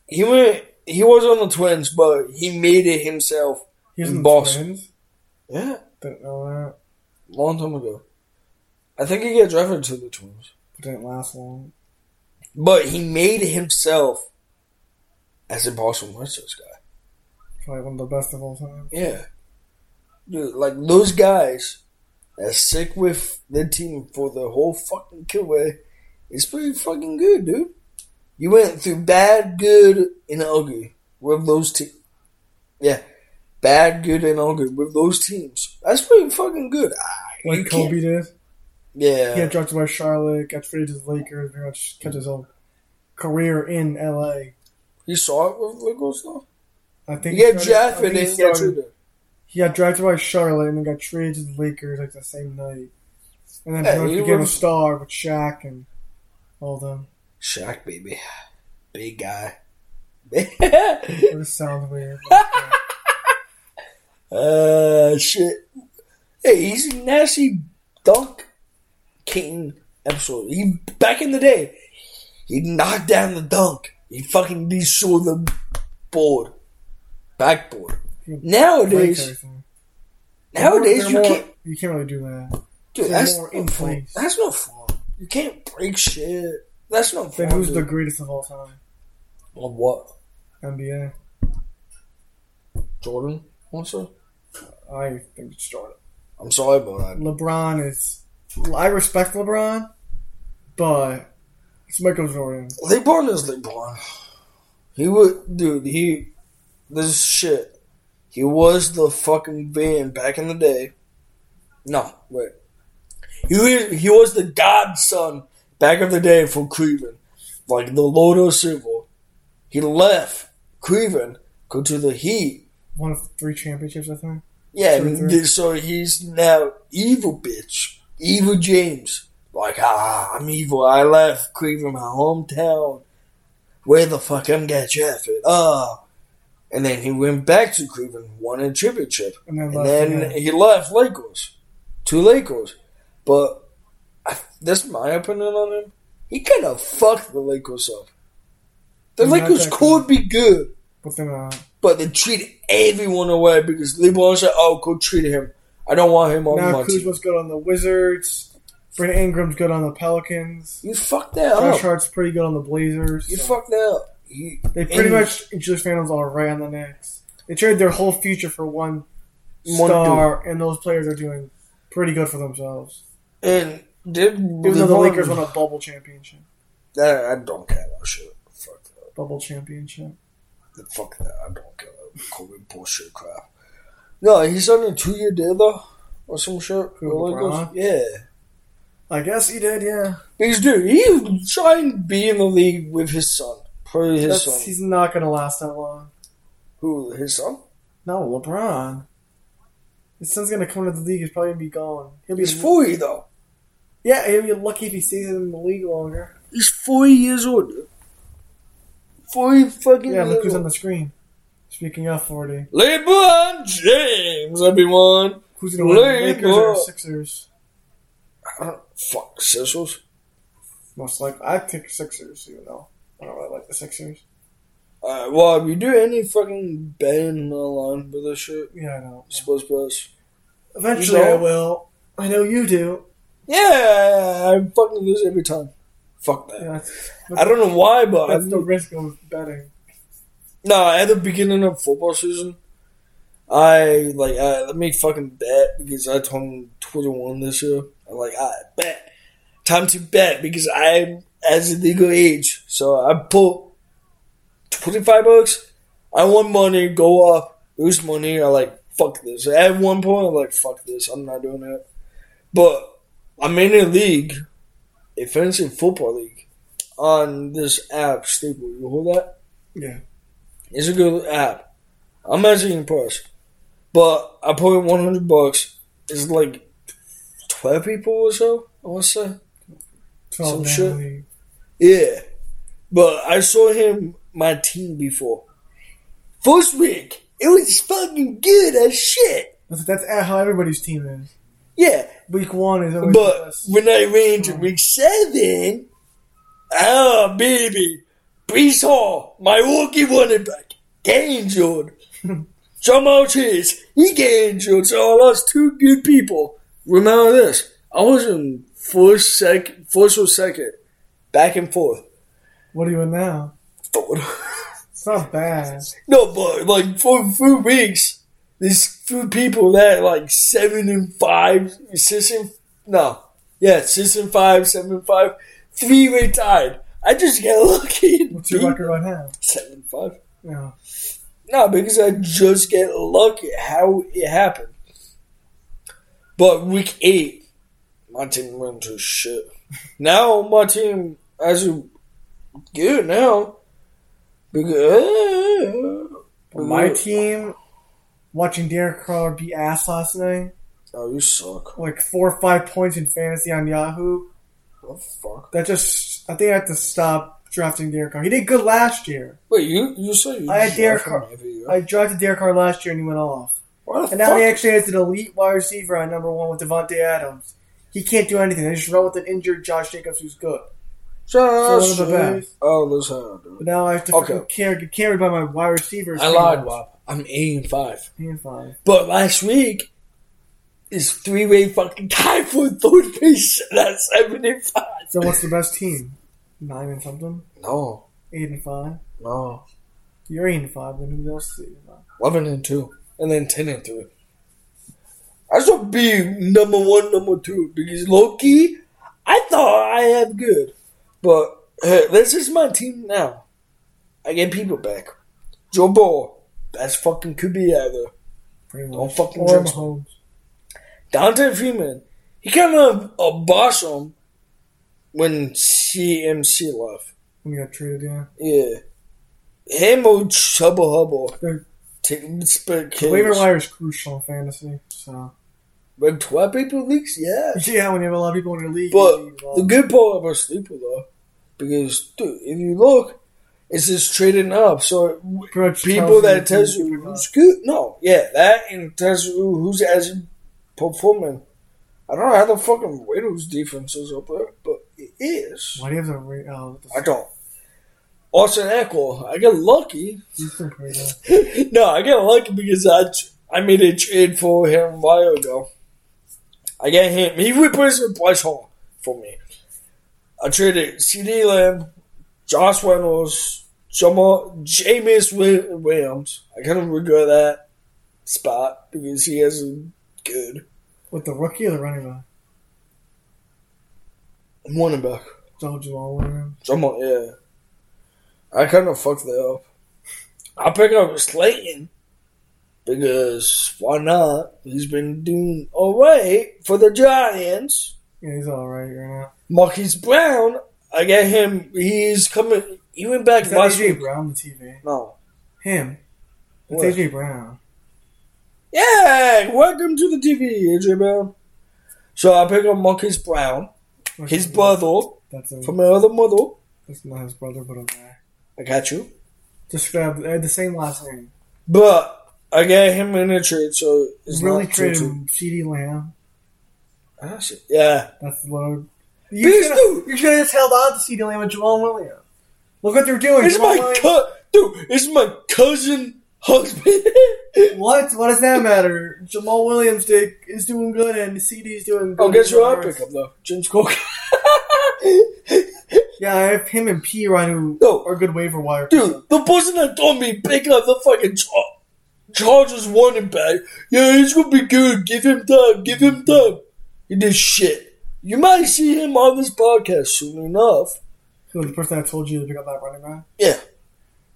Speaker 2: He went. He was on the Twins, but he made it himself.
Speaker 1: He was
Speaker 2: In
Speaker 1: in
Speaker 2: Boston.
Speaker 1: Boston.
Speaker 2: Yeah,
Speaker 1: Didn't know that.
Speaker 2: long time ago. I think he got drafted to the Twins,
Speaker 1: But didn't last long.
Speaker 2: but he made himself as a Boston Red Sox guy.
Speaker 1: Probably one of the best of all time.
Speaker 2: Yeah. Dude, like those guys that stick with their team for the whole fucking career is pretty fucking good, dude. You went through bad, good, and ugly with those teams. Yeah. Bad, good, and ugly with those teams. That's pretty fucking good. Ah, you
Speaker 1: Like
Speaker 2: can't-
Speaker 1: Kobe did.
Speaker 2: Yeah.
Speaker 1: He got drafted by Charlotte, got traded to the Lakers, pretty much kept his whole career in LA.
Speaker 2: You saw it with Liverpool's though?
Speaker 1: I think
Speaker 2: Yeah,
Speaker 1: started- I
Speaker 2: Jeff
Speaker 1: think
Speaker 2: and
Speaker 1: he
Speaker 2: then he got
Speaker 1: started-
Speaker 2: traded.
Speaker 1: He got drafted by Charlotte and then got traded to the Lakers like the same night. And then
Speaker 2: Yeah,
Speaker 1: Brooke
Speaker 2: he
Speaker 1: became a
Speaker 2: was-
Speaker 1: star with Shaq and all them.
Speaker 2: Shaq, baby. Big guy. <laughs>
Speaker 1: It just sounds weird. but, yeah.
Speaker 2: uh, shit. Hey, he's a nasty dunk king. Absolutely. He, back in the day, he knocked down the dunk. He fucking destroyed the board. Backboard.
Speaker 1: He
Speaker 2: <laughs>
Speaker 1: break
Speaker 2: Nowadays,
Speaker 1: everything.
Speaker 2: nowadays
Speaker 1: They're
Speaker 2: you
Speaker 1: more-
Speaker 2: can't.
Speaker 1: You can't really do that.
Speaker 2: Dude,
Speaker 1: they're
Speaker 2: that's
Speaker 1: more
Speaker 2: no
Speaker 1: in
Speaker 2: fun.
Speaker 1: place.
Speaker 2: That's no fun. You can't break shit. That's no fun.
Speaker 1: Then who's the
Speaker 2: dude.
Speaker 1: greatest of all time?
Speaker 2: on what?
Speaker 1: NBA.
Speaker 2: Jordan? Also?
Speaker 1: I think it's Jordan.
Speaker 2: I'm sorry about that.
Speaker 1: LeBron is. I respect LeBron, but it's Michael Jordan.
Speaker 2: LeBron is LeBron. He would, dude. He this is shit. He was the fucking man back in the day. No, wait. He wa- he was the godson back in the day for Cleveland, like the Lotus Silver. He left Cleveland, go to the Heat.
Speaker 1: One of three championships, I think.
Speaker 2: Yeah,
Speaker 1: True, true.
Speaker 2: th- so he's now evil bitch, evil James. Like ah, I'm evil. I left Cleveland, my hometown. Where the fuck I'm getting drafted? Ah, and then he went back to Cleveland, won a championship,
Speaker 1: And then,
Speaker 2: and
Speaker 1: left,
Speaker 2: then
Speaker 1: yeah.
Speaker 2: he left Lakers, to Lakers. But I, that's my opinion on him. He kind of fucked the Lakers up. The
Speaker 1: Not
Speaker 2: Lakers
Speaker 1: that
Speaker 2: could be good
Speaker 1: but then uh,
Speaker 2: but they treat everyone away because LeBron said, "Oh, go treat him. I don't want him on
Speaker 1: now
Speaker 2: my team."
Speaker 1: Kuzma's good on the Wizards. Brent Ingram's good on the Pelicans.
Speaker 2: You fucked that
Speaker 1: Josh
Speaker 2: up.
Speaker 1: Hart's pretty good on the Blazers.
Speaker 2: Oh. You
Speaker 1: so-
Speaker 2: fucked that up. You,
Speaker 1: They pretty
Speaker 2: and
Speaker 1: much just Fandles all right on the Knicks. They traded their whole future for one
Speaker 2: One
Speaker 1: star, and those players are doing pretty good for themselves.
Speaker 2: and did
Speaker 1: Even though the Lakers won a bubble championship.
Speaker 2: I, I don't care about shit. Fuck that.
Speaker 1: Bubble championship.
Speaker 2: Fuck that. I don't care about COVID bullshit crap. No, he's on a two-year deal though, or some shit.
Speaker 1: Who,
Speaker 2: The Lakers?
Speaker 1: LeBron?
Speaker 2: Yeah.
Speaker 1: I guess he did, yeah.
Speaker 2: Because dude, he trying to be in the league with his son. Probably his
Speaker 1: That's,
Speaker 2: son.
Speaker 1: he's not going to last that long.
Speaker 2: Who? His son?
Speaker 1: No, LeBron. His son's going to come to the league. He's probably going to be gone. He'll be
Speaker 2: He's forty though.
Speaker 1: yeah. He'll be lucky if he stays in the league longer.
Speaker 2: He's 40 years old. dude. 40 fucking
Speaker 1: Yeah, look
Speaker 2: years
Speaker 1: who's on
Speaker 2: old.
Speaker 1: the screen. Speaking of forty,
Speaker 2: LeBron James, everyone.
Speaker 1: who's going to win?
Speaker 2: League
Speaker 1: the Lakers or
Speaker 2: up.
Speaker 1: Sixers?
Speaker 2: I don't, Uh, fuck, Sissels.
Speaker 1: Most likely, I pick Sixers. You know, I don't really like the Sixers.
Speaker 2: Uh, well, if you do any fucking betting online with this shit,
Speaker 1: Yeah, I know.
Speaker 2: sports bets.
Speaker 1: Eventually,
Speaker 2: You know?
Speaker 1: I will. I know you do.
Speaker 2: Yeah, I fucking lose every time. Fuck that.
Speaker 1: Yeah, that's,
Speaker 2: I don't know why, but
Speaker 1: That's
Speaker 2: I-
Speaker 1: the risk of betting.
Speaker 2: No, at the beginning of football season, I like I let me fucking bet because I told him Twitter won this year. I'm like, I bet. Time to bet because I'm as a legal age. So I put twenty five bucks. I won money, go up, lose money, I like fuck this. At one point I'm like, fuck this, I'm not doing that. But I'm in a league, a fantasy football league, on this app, Staple. You hold that?
Speaker 1: Yeah.
Speaker 2: It's a good app. I'm actually impressed. But I put in 100 bucks. It's like 12 people or so, I want to say. Some
Speaker 1: Twelve man
Speaker 2: shit.
Speaker 1: league.
Speaker 2: Yeah. But I saw him, my team, before. First week, it was fucking good as shit.
Speaker 1: That's, that's how everybody's team is.
Speaker 2: Yeah.
Speaker 1: Week one is always the
Speaker 2: But
Speaker 1: best.
Speaker 2: when I ran to week seven, ah, baby, Brees Hall, my rookie running back, get injured. Jamal Chase, he get injured, so I lost two good people. Remember this, I was in first, second, first or second, back and forth. <laughs>
Speaker 1: What are you in now?
Speaker 2: Third.
Speaker 1: It's not bad.
Speaker 2: no, but like for a few weeks, these few people that like seven and five, six and no, yeah, six and five, seven and five, three way tied. I just got <laughs> lucky. and
Speaker 1: What's your
Speaker 2: beat
Speaker 1: record right now?
Speaker 2: Seven and five.
Speaker 1: No.
Speaker 2: No, because I just get lucky how it happened. But week eight, my team went to shit. Now my team as good now, Because, uh,
Speaker 1: But my team, watching Derek Carr be ass last night,
Speaker 2: oh, you suck.
Speaker 1: like four or five points in fantasy on Yahoo.
Speaker 2: What the fuck?
Speaker 1: That just, I think I have to stop drafting Derek Carr. He did good last year.
Speaker 2: Wait, you you said you
Speaker 1: I had Derek
Speaker 2: drafted
Speaker 1: Carr.
Speaker 2: him every year.
Speaker 1: I drafted Derek Carr last year and he went off.
Speaker 2: Why the
Speaker 1: And now he
Speaker 2: fuck?
Speaker 1: actually has an elite wide receiver on number one with Devontae Adams. He can't do anything. They just run with an injured Josh Jacobs who's good.
Speaker 2: Just
Speaker 1: one of the best.
Speaker 2: Oh, this how I do.
Speaker 1: But now I have to
Speaker 2: Okay.
Speaker 1: fucking carry, get carried by my wide receivers.
Speaker 2: I lied, Bob. I'm eight and five.
Speaker 1: Hand five.
Speaker 2: But last week is three way fucking tie for <laughs> third place. That's seventy five.
Speaker 1: So what's the best team? Nine and something?
Speaker 2: No,
Speaker 1: Eight and five?
Speaker 2: no,
Speaker 1: You're eight and five, then who else is eight and five?
Speaker 2: eleven and two, and then ten and three. I should be number one, number two because Loki. I thought I had good, but hey, this is my team now. I get people back. Joe Burrow, best fucking QB ever.
Speaker 1: Pretty much.
Speaker 2: Don't fucking
Speaker 1: Or
Speaker 2: jinx me.
Speaker 1: Mahomes.
Speaker 2: Dante Freeman, he kind of a boss him when CMC left.
Speaker 1: We got traded, yeah.
Speaker 2: Yeah. Him or Chubba Hubble.
Speaker 1: The
Speaker 2: Taking spit
Speaker 1: Hmm. the waiver
Speaker 2: kids.
Speaker 1: wire is crucial in fantasy, so.
Speaker 2: Like 12 people leaks, yeah.
Speaker 1: Yeah, when you have a lot of people in your league.
Speaker 2: But
Speaker 1: you need,
Speaker 2: the
Speaker 1: uh,
Speaker 2: good part about sleeper, though, because, dude, if you look, it's just trading up. So
Speaker 1: pretty much
Speaker 2: people
Speaker 1: tells
Speaker 2: that tells you who's
Speaker 1: pretty much.
Speaker 2: good, no, yeah, that and tells you who's actually performing. I don't know how the fucking Raiders defense is up there, but it is.
Speaker 1: Why do you have to rate? Oh,
Speaker 2: I don't. Austin Eckler, I got lucky.
Speaker 1: he's been pretty good.
Speaker 2: <laughs> no, I got lucky because I I made a trade for him a while ago. I got him. He replaced Bryce Hall for me. I traded C.D. Lamb, Josh Reynolds, Jamal, Jameis Wi- Williams. I kind of regret that spot because he hasn't good
Speaker 1: With the rookie or the running back?
Speaker 2: running back.
Speaker 1: Don't you all Williams.
Speaker 2: Someone, yeah. I kind of fucked that up. I pick up Slayton because why not? He's been doing alright for the Giants.
Speaker 1: Yeah, he's all right right now.
Speaker 2: Marquise Brown, I get him. He's coming. He went back
Speaker 1: Is that
Speaker 2: last
Speaker 1: AJ
Speaker 2: week.
Speaker 1: Brown on the TV?
Speaker 2: No.
Speaker 1: Him. It's
Speaker 2: What?
Speaker 1: AJ Brown.
Speaker 2: Yeah, welcome to the TV, AJ Brown. So I pick up Marquise Brown, his brother
Speaker 1: That's, a,
Speaker 2: from my other mother.
Speaker 1: that's not his brother, but okay.
Speaker 2: I got you.
Speaker 1: Just grab they had the same last name.
Speaker 2: But I got him in a trade, so it's
Speaker 1: really
Speaker 2: not true. Ah,
Speaker 1: traded him CD Lamb.
Speaker 2: Yeah.
Speaker 1: That's the load.
Speaker 2: Please
Speaker 1: shoulda-
Speaker 2: do.
Speaker 1: You should have just held on to CD Lamb with Jamal Williams. Look what they're doing.
Speaker 2: It's
Speaker 1: Jamal
Speaker 2: my
Speaker 1: Williams-
Speaker 2: co- dude. It's my cousin husband.
Speaker 1: What? What does that matter? Jamal Williams did, is doing good and CD's doing
Speaker 2: <laughs>
Speaker 1: good.
Speaker 2: oh, guess who I pick up though? James Cook.
Speaker 1: Yeah, I have him and P. Ryan who
Speaker 2: No.
Speaker 1: are good waiver wire.
Speaker 2: <laughs> dude, the person that told me pick up the fucking char- Chargers running back. Yeah, he's gonna be good. Give him time. Give him time. He did shit. You might see him on this podcast soon enough.
Speaker 1: Who, the person that told you to pick up that running back?
Speaker 2: Yeah.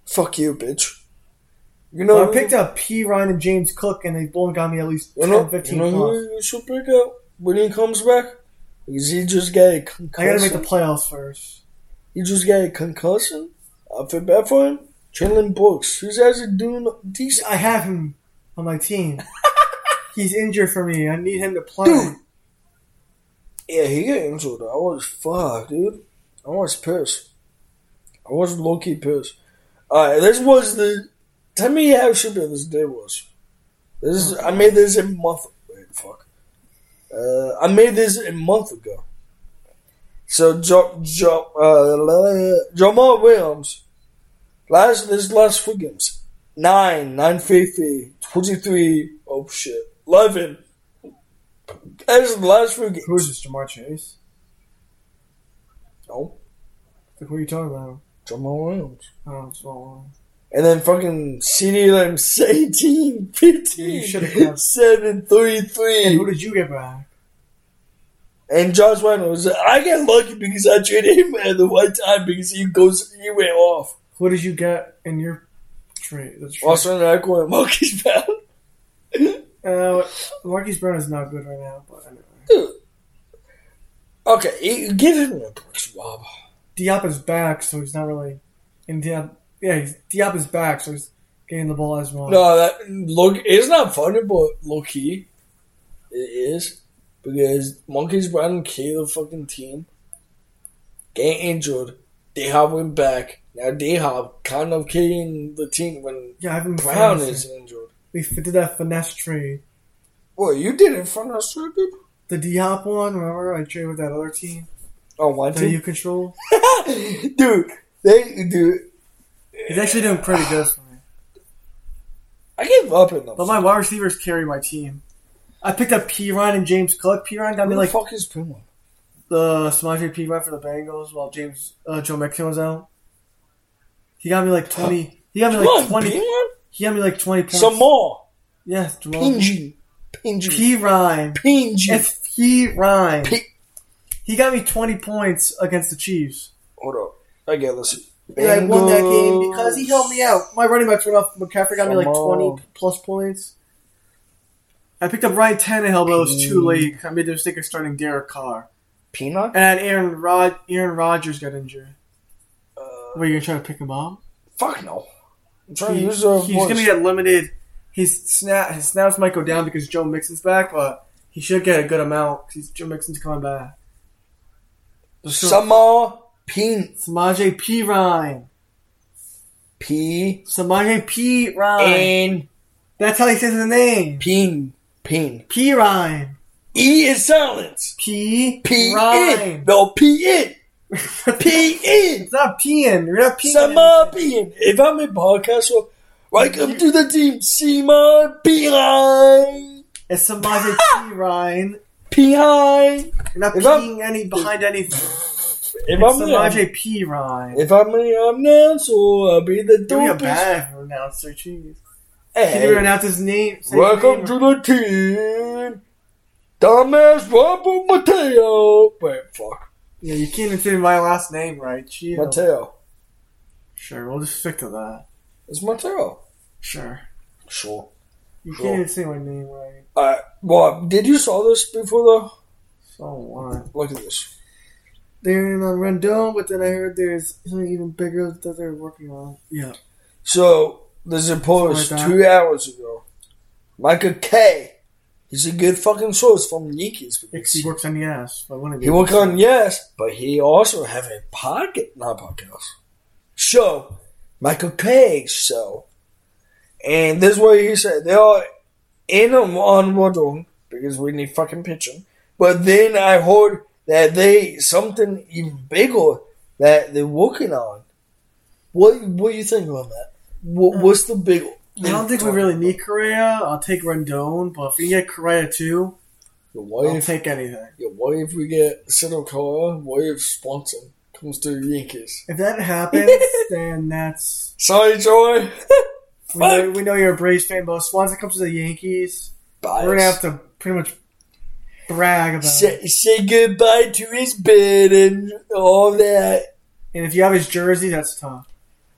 Speaker 2: Fuck you, bitch. You know
Speaker 1: No, I
Speaker 2: who-
Speaker 1: picked up P. Ryan and James Cook, and they both got me at least 10,
Speaker 2: You know,
Speaker 1: 15
Speaker 2: you know
Speaker 1: plus.
Speaker 2: who you should pick up when he comes back? Because he just got a
Speaker 1: I gotta make the
Speaker 2: concussion.
Speaker 1: playoffs first.
Speaker 2: He just got a concussion. I feel bad for him. Chandler Brooks, he's actually doing decent.
Speaker 1: I have him on
Speaker 2: <laughs>
Speaker 1: my team. He's injured for me. I need him to play.
Speaker 2: Dude. Yeah, he got injured. I was fucked, dude. I was pissed. I was low key pissed. Alright, this was the. Tell me how stupid this day was. This is, I made this a month. Wait, fuck. Uh, I made this a month ago. So jo, jo, uh, Jamal Williams, last this last three games, nine, nine fifty, twenty three. Oh shit, eleven. That's the last three games.
Speaker 1: Who is this, Jamar Chase?
Speaker 2: No,
Speaker 1: Like, what are you talking about?
Speaker 2: Jamal Williams.
Speaker 1: Oh, it's all
Speaker 2: And then fucking CD <laughs> Lamb 17,
Speaker 1: You
Speaker 2: 15,
Speaker 1: should've grabbed-
Speaker 2: 7, 3,
Speaker 1: And who
Speaker 2: 3.
Speaker 1: did you get back?
Speaker 2: And Josh Reynolds. I got lucky because I traded him at the right time because he goes, he went off.
Speaker 1: Who did you get in your trade? The trade?
Speaker 2: Austin Eckler and Marcus Brown.
Speaker 1: Uh, Marquise Brown is not good right now, but anyway.
Speaker 2: <laughs> Okay, he- give him a break, Bob.
Speaker 1: Diop is back, so he's not really. And Diop, yeah, he's, Diop is back, so he's getting the ball as well.
Speaker 2: No, that look it's not funny, but low key, it is because monkeys were on key the fucking team, getting injured. They Hop went back. Now They Hop kind of carrying the team when
Speaker 1: Yeah, I haven't
Speaker 2: Brown
Speaker 1: found
Speaker 2: is
Speaker 1: it.
Speaker 2: injured.
Speaker 1: We f- did that finesse trade.
Speaker 2: Well, you did it in front of us, too, dude.
Speaker 1: The Diop one, remember? I traded with that other team
Speaker 2: Oh, one
Speaker 1: that
Speaker 2: team,
Speaker 1: you control.
Speaker 2: <laughs> dude. They dude.
Speaker 1: He's actually doing pretty good for me.
Speaker 2: I gave up in them.
Speaker 1: But my wide receivers carry my team. I picked up P. Ryan and James Cook. P. Ryan got
Speaker 2: Who
Speaker 1: me
Speaker 2: the
Speaker 1: like
Speaker 2: fuck is Puma?
Speaker 1: the Samaje P. Ryan for the Bengals while James uh, Joe Mixon was out. He got me like twenty. He got me like
Speaker 2: Come on,
Speaker 1: twenty.
Speaker 2: Pima?
Speaker 1: He got me like twenty points.
Speaker 2: Some more.
Speaker 1: Yes, Jamal.
Speaker 2: Pingy. Pingy.
Speaker 1: P. Ryan.
Speaker 2: Pingy.
Speaker 1: It's P. Ryan.
Speaker 2: P-
Speaker 1: He got me twenty points against the Chiefs.
Speaker 2: Hold up. I get this.
Speaker 1: And I won that game because he helped me out. My running backs went off. McCaffrey got me like
Speaker 2: Come on.
Speaker 1: twenty plus points. I picked up Ryan Tannehill, but it was too late. I made the mistake of starting Derek Carr,
Speaker 2: Peanut?
Speaker 1: and Aaron Rod Aaron Rodgers got injured.
Speaker 2: Uh,
Speaker 1: Were you gonna try to pick him up?
Speaker 2: fuck no. I'm trying
Speaker 1: He-
Speaker 2: to
Speaker 1: he's
Speaker 2: use a voice.
Speaker 1: gonna get limited. His snap his snaps might go down because Joe Mixon's back, but he should get a good amount because Joe Mixon's coming back.
Speaker 2: Summer Pin
Speaker 1: Samaje P Ryan.
Speaker 2: P
Speaker 1: Samaje P Ryan.
Speaker 2: and
Speaker 1: That's how he says his name.
Speaker 2: Pin Pin.
Speaker 1: P Ryan.
Speaker 2: E is silence.
Speaker 1: P
Speaker 2: P in.
Speaker 1: Ryan.
Speaker 2: <laughs> No P in. P in.
Speaker 1: It's not peeing. You're not peeing.
Speaker 2: Summer P in. If I'm in podcast, well, welcome to the team. Summer Behind.
Speaker 1: It's somebody pee, Ryan.
Speaker 2: Behind.
Speaker 1: You're not
Speaker 2: If I'm-
Speaker 1: peeing any behind anything.
Speaker 2: If
Speaker 1: It's
Speaker 2: I'm in, I'm
Speaker 1: Samaje P. Ryan.
Speaker 2: If I'm the announcer, I'll be the
Speaker 1: Give me a
Speaker 2: dopest.
Speaker 1: bad announcer, jeez. Can you
Speaker 2: Hey,
Speaker 1: announce his name? Say his
Speaker 2: welcome
Speaker 1: name.
Speaker 2: to the team. Dumbass Robert Mateo. Wait, fuck.
Speaker 1: Yeah, you can't even say my last name right. Chill.
Speaker 2: Mateo.
Speaker 1: Sure, we'll just stick to that.
Speaker 2: It's Mateo.
Speaker 1: Sure.
Speaker 2: Sure.
Speaker 1: You
Speaker 2: Sure.
Speaker 1: can't even say my name right.
Speaker 2: Alright, well, did you saw this before though?
Speaker 1: So what?
Speaker 2: Look at this.
Speaker 1: They're in on Rendon, but then I heard there's something even bigger that they're working on. Yeah.
Speaker 2: So, there's a post
Speaker 1: Something like
Speaker 2: two hours ago. Michael K. He's a good fucking source from Yankees.
Speaker 1: Because he works on the ass. But when
Speaker 2: He worked on yes, but he also have a pocket, not podcast show, Michael Cage show, and this is what he said. They are in on Rodon because we need fucking pitching. But then I heard that they something even bigger that they're working on. What what you think about that? What, what's the big?
Speaker 1: Uh, I don't think we really need Correa. I'll take Rendon, but if we get Correa too,
Speaker 2: What
Speaker 1: I'll
Speaker 2: if,
Speaker 1: take anything.
Speaker 2: yeah, what if we get Cito Car? What if Swanson comes to the Yankees?
Speaker 1: If that
Speaker 2: <laughs>
Speaker 1: happens, then that's
Speaker 2: Sorry,
Speaker 1: <laughs>
Speaker 2: Joy.
Speaker 1: we know, we know you're a Braves fan. But if Swanson comes to the Yankees,
Speaker 2: Bias.
Speaker 1: we're gonna have to pretty much brag about it.
Speaker 2: say, say goodbye to his bed and all that.
Speaker 1: And if you have his jersey, that's tough.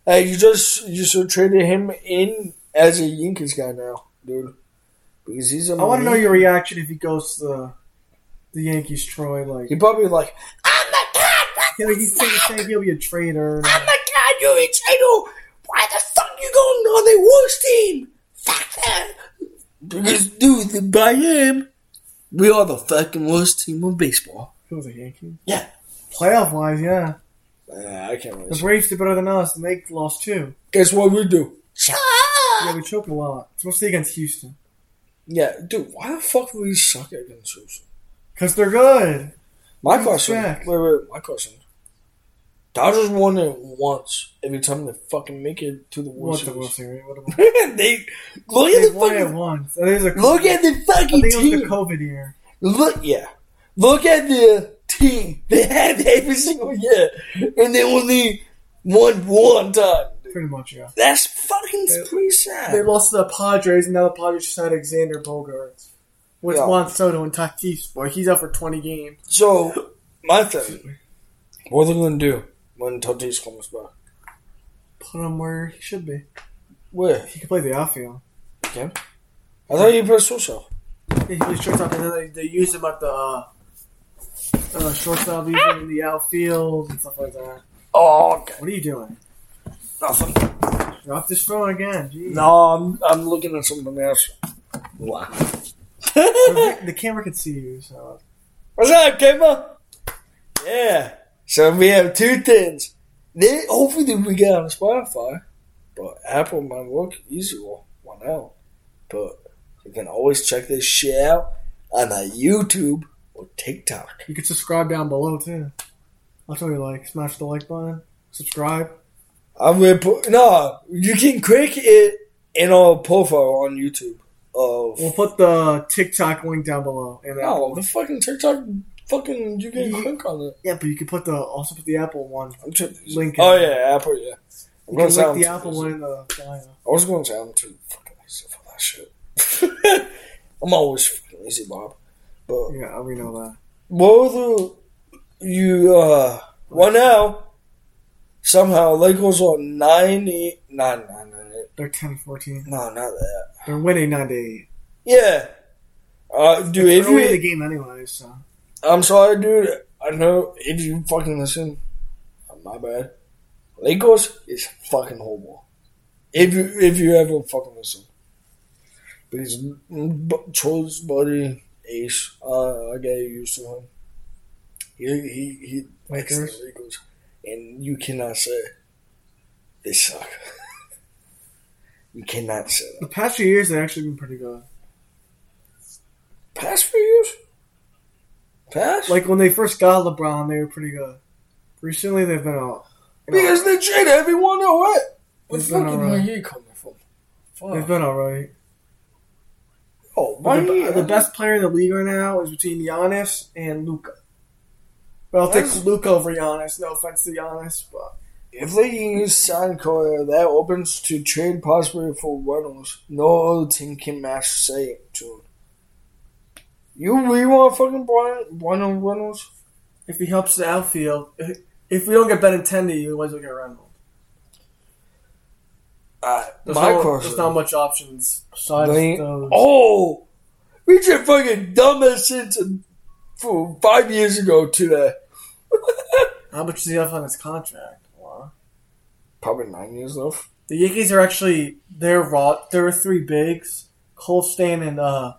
Speaker 2: Uh, you just you should traded him in as a Yankees guy now, dude. Because he's a.
Speaker 1: I want to know your reaction if he goes to the, the Yankees. Troy, like
Speaker 2: He probably like. Oh my god! What
Speaker 1: he'll, he's saying, saying he'll be a traitor.
Speaker 2: Oh my god! You're a traitor! Why the fuck you going on the worst team? Fuck that! Because dude, by him, we are the fucking worst team of baseball.
Speaker 1: Who was a Yankee?
Speaker 2: Yeah.
Speaker 1: Playoff wise, yeah,
Speaker 2: Uh, I can't.
Speaker 1: the
Speaker 2: Really
Speaker 1: Braves did better than us, and they lost too.
Speaker 2: Guess what we do?
Speaker 1: Yeah, we choked a lot, especially against Houston.
Speaker 2: Yeah, dude, why the fuck would we suck against Houston?
Speaker 1: Because they're good.
Speaker 2: My
Speaker 1: Who's
Speaker 2: question.
Speaker 1: back?
Speaker 2: Wait, wait, my question. Dodgers won it once every time they fucking make it to the World
Speaker 1: What the World
Speaker 2: Series.
Speaker 1: Series? What
Speaker 2: <laughs>
Speaker 1: about
Speaker 2: they look
Speaker 1: they
Speaker 2: at the
Speaker 1: won it
Speaker 2: fucking
Speaker 1: once. It was a,
Speaker 2: look at the
Speaker 1: I
Speaker 2: fucking
Speaker 1: think it was the
Speaker 2: team.
Speaker 1: COVID year.
Speaker 2: look, yeah, look at the team they had <laughs> every single year, and they only won one time. dude.
Speaker 1: Pretty much, yeah.
Speaker 2: That's fucking
Speaker 1: They-
Speaker 2: pretty
Speaker 1: They
Speaker 2: sad.
Speaker 1: lost to the Padres, and now the Padres just had Alexander Bogarts. With
Speaker 2: Yeah.
Speaker 1: Juan Soto and Tatis, boy, he's out for 20 games.
Speaker 2: So my thing, what are they gonna do when Tatis comes back?
Speaker 1: Put him where he should be.
Speaker 2: Where?
Speaker 1: He can play the outfield.
Speaker 2: Again? I thought you played Sosa.
Speaker 1: Yeah, He plays shortstop, and then they, they use him at the uh, uh, shortstop, even in the outfield and stuff like that.
Speaker 2: Oh, okay.
Speaker 1: What are you doing?
Speaker 2: Nothing.
Speaker 1: Drop this phone again. Jeez.
Speaker 2: No, I'm, I'm looking at something else. <laughs> Wow.
Speaker 1: The vi- the camera can see you, so
Speaker 2: What's up, Kimba? Yeah. So we have two things. They, hopefully they- we get on Spotify, but Apple might work easier one out. But you can always check this shit out on uh, YouTube or TikTok.
Speaker 1: you can subscribe down below too. That's what you like. Smash the like button. Subscribe.
Speaker 2: I'm gonna put no. You can click it in our profile on YouTube. Of
Speaker 1: We'll put the TikTok link down below. And uh,
Speaker 2: no, the fucking TikTok. Fucking, you can click on it.
Speaker 1: Yeah, but you can put the also put the Apple one.
Speaker 2: I'm trying to
Speaker 1: Link it.
Speaker 2: Oh yeah, Apple. Yeah. I'm
Speaker 1: You can
Speaker 2: sound
Speaker 1: link the
Speaker 2: too
Speaker 1: Apple
Speaker 2: lazy.
Speaker 1: one uh, in the China.
Speaker 2: I was going to say I'm too fucking lazy for that shit. I'm always fucking lazy, Bob. But
Speaker 1: Yeah, we know that.
Speaker 2: whether you uh well now somehow Lakers are ninety nine nine nine eight.
Speaker 1: They're 10 14.
Speaker 2: No, not that.
Speaker 1: They're winning 9 to 8.
Speaker 2: Yeah. Uh dude
Speaker 1: They're
Speaker 2: if
Speaker 1: early in the
Speaker 2: you
Speaker 1: game anyway, so.
Speaker 2: I'm sorry dude, I know if you fucking listen uh, my bad. Lakers is fucking horrible. If you if you ever fucking listen. Because b- Troy's buddy Ace, uh, I get used to him. He he he likes the
Speaker 1: Lakers?
Speaker 2: Lakers, and you cannot say they suck. <laughs> you cannot say that.
Speaker 1: The past few years, they've actually been pretty good.
Speaker 2: Past few years, past
Speaker 1: Like, when they first got LeBron, they were pretty good. Recently, they've been out.
Speaker 2: because they trade everyone away. Where the
Speaker 1: It's been
Speaker 2: fuck is
Speaker 1: alright.
Speaker 2: my ear coming from?
Speaker 1: They've
Speaker 2: Fuck.
Speaker 1: been alright.
Speaker 2: Oh, my
Speaker 1: The,
Speaker 2: ear.
Speaker 1: the best player in the league right now is between Giannis and Luca. But I'll
Speaker 2: That's-
Speaker 1: take Luca over Giannis. No offense to Giannis, but
Speaker 2: If they use sign color, that opens to trade possibility for Reynolds. No other team can match say it to him. You really want fucking Brian Brian Reynolds?
Speaker 1: if he helps the outfield, if, if we don't get Benintendi, we always will get Reynolds.
Speaker 2: Uh,
Speaker 1: There's,
Speaker 2: my
Speaker 1: not,
Speaker 2: question.
Speaker 1: there's not much options besides
Speaker 2: They-
Speaker 1: those.
Speaker 2: oh, we just fucking dumb it since for five years ago today.
Speaker 1: How much does he have on his contract? Wow.
Speaker 2: <laughs> Probably nine years left.
Speaker 1: The Yankees are actually they're raw. There are three bigs. Cole Stan and uh,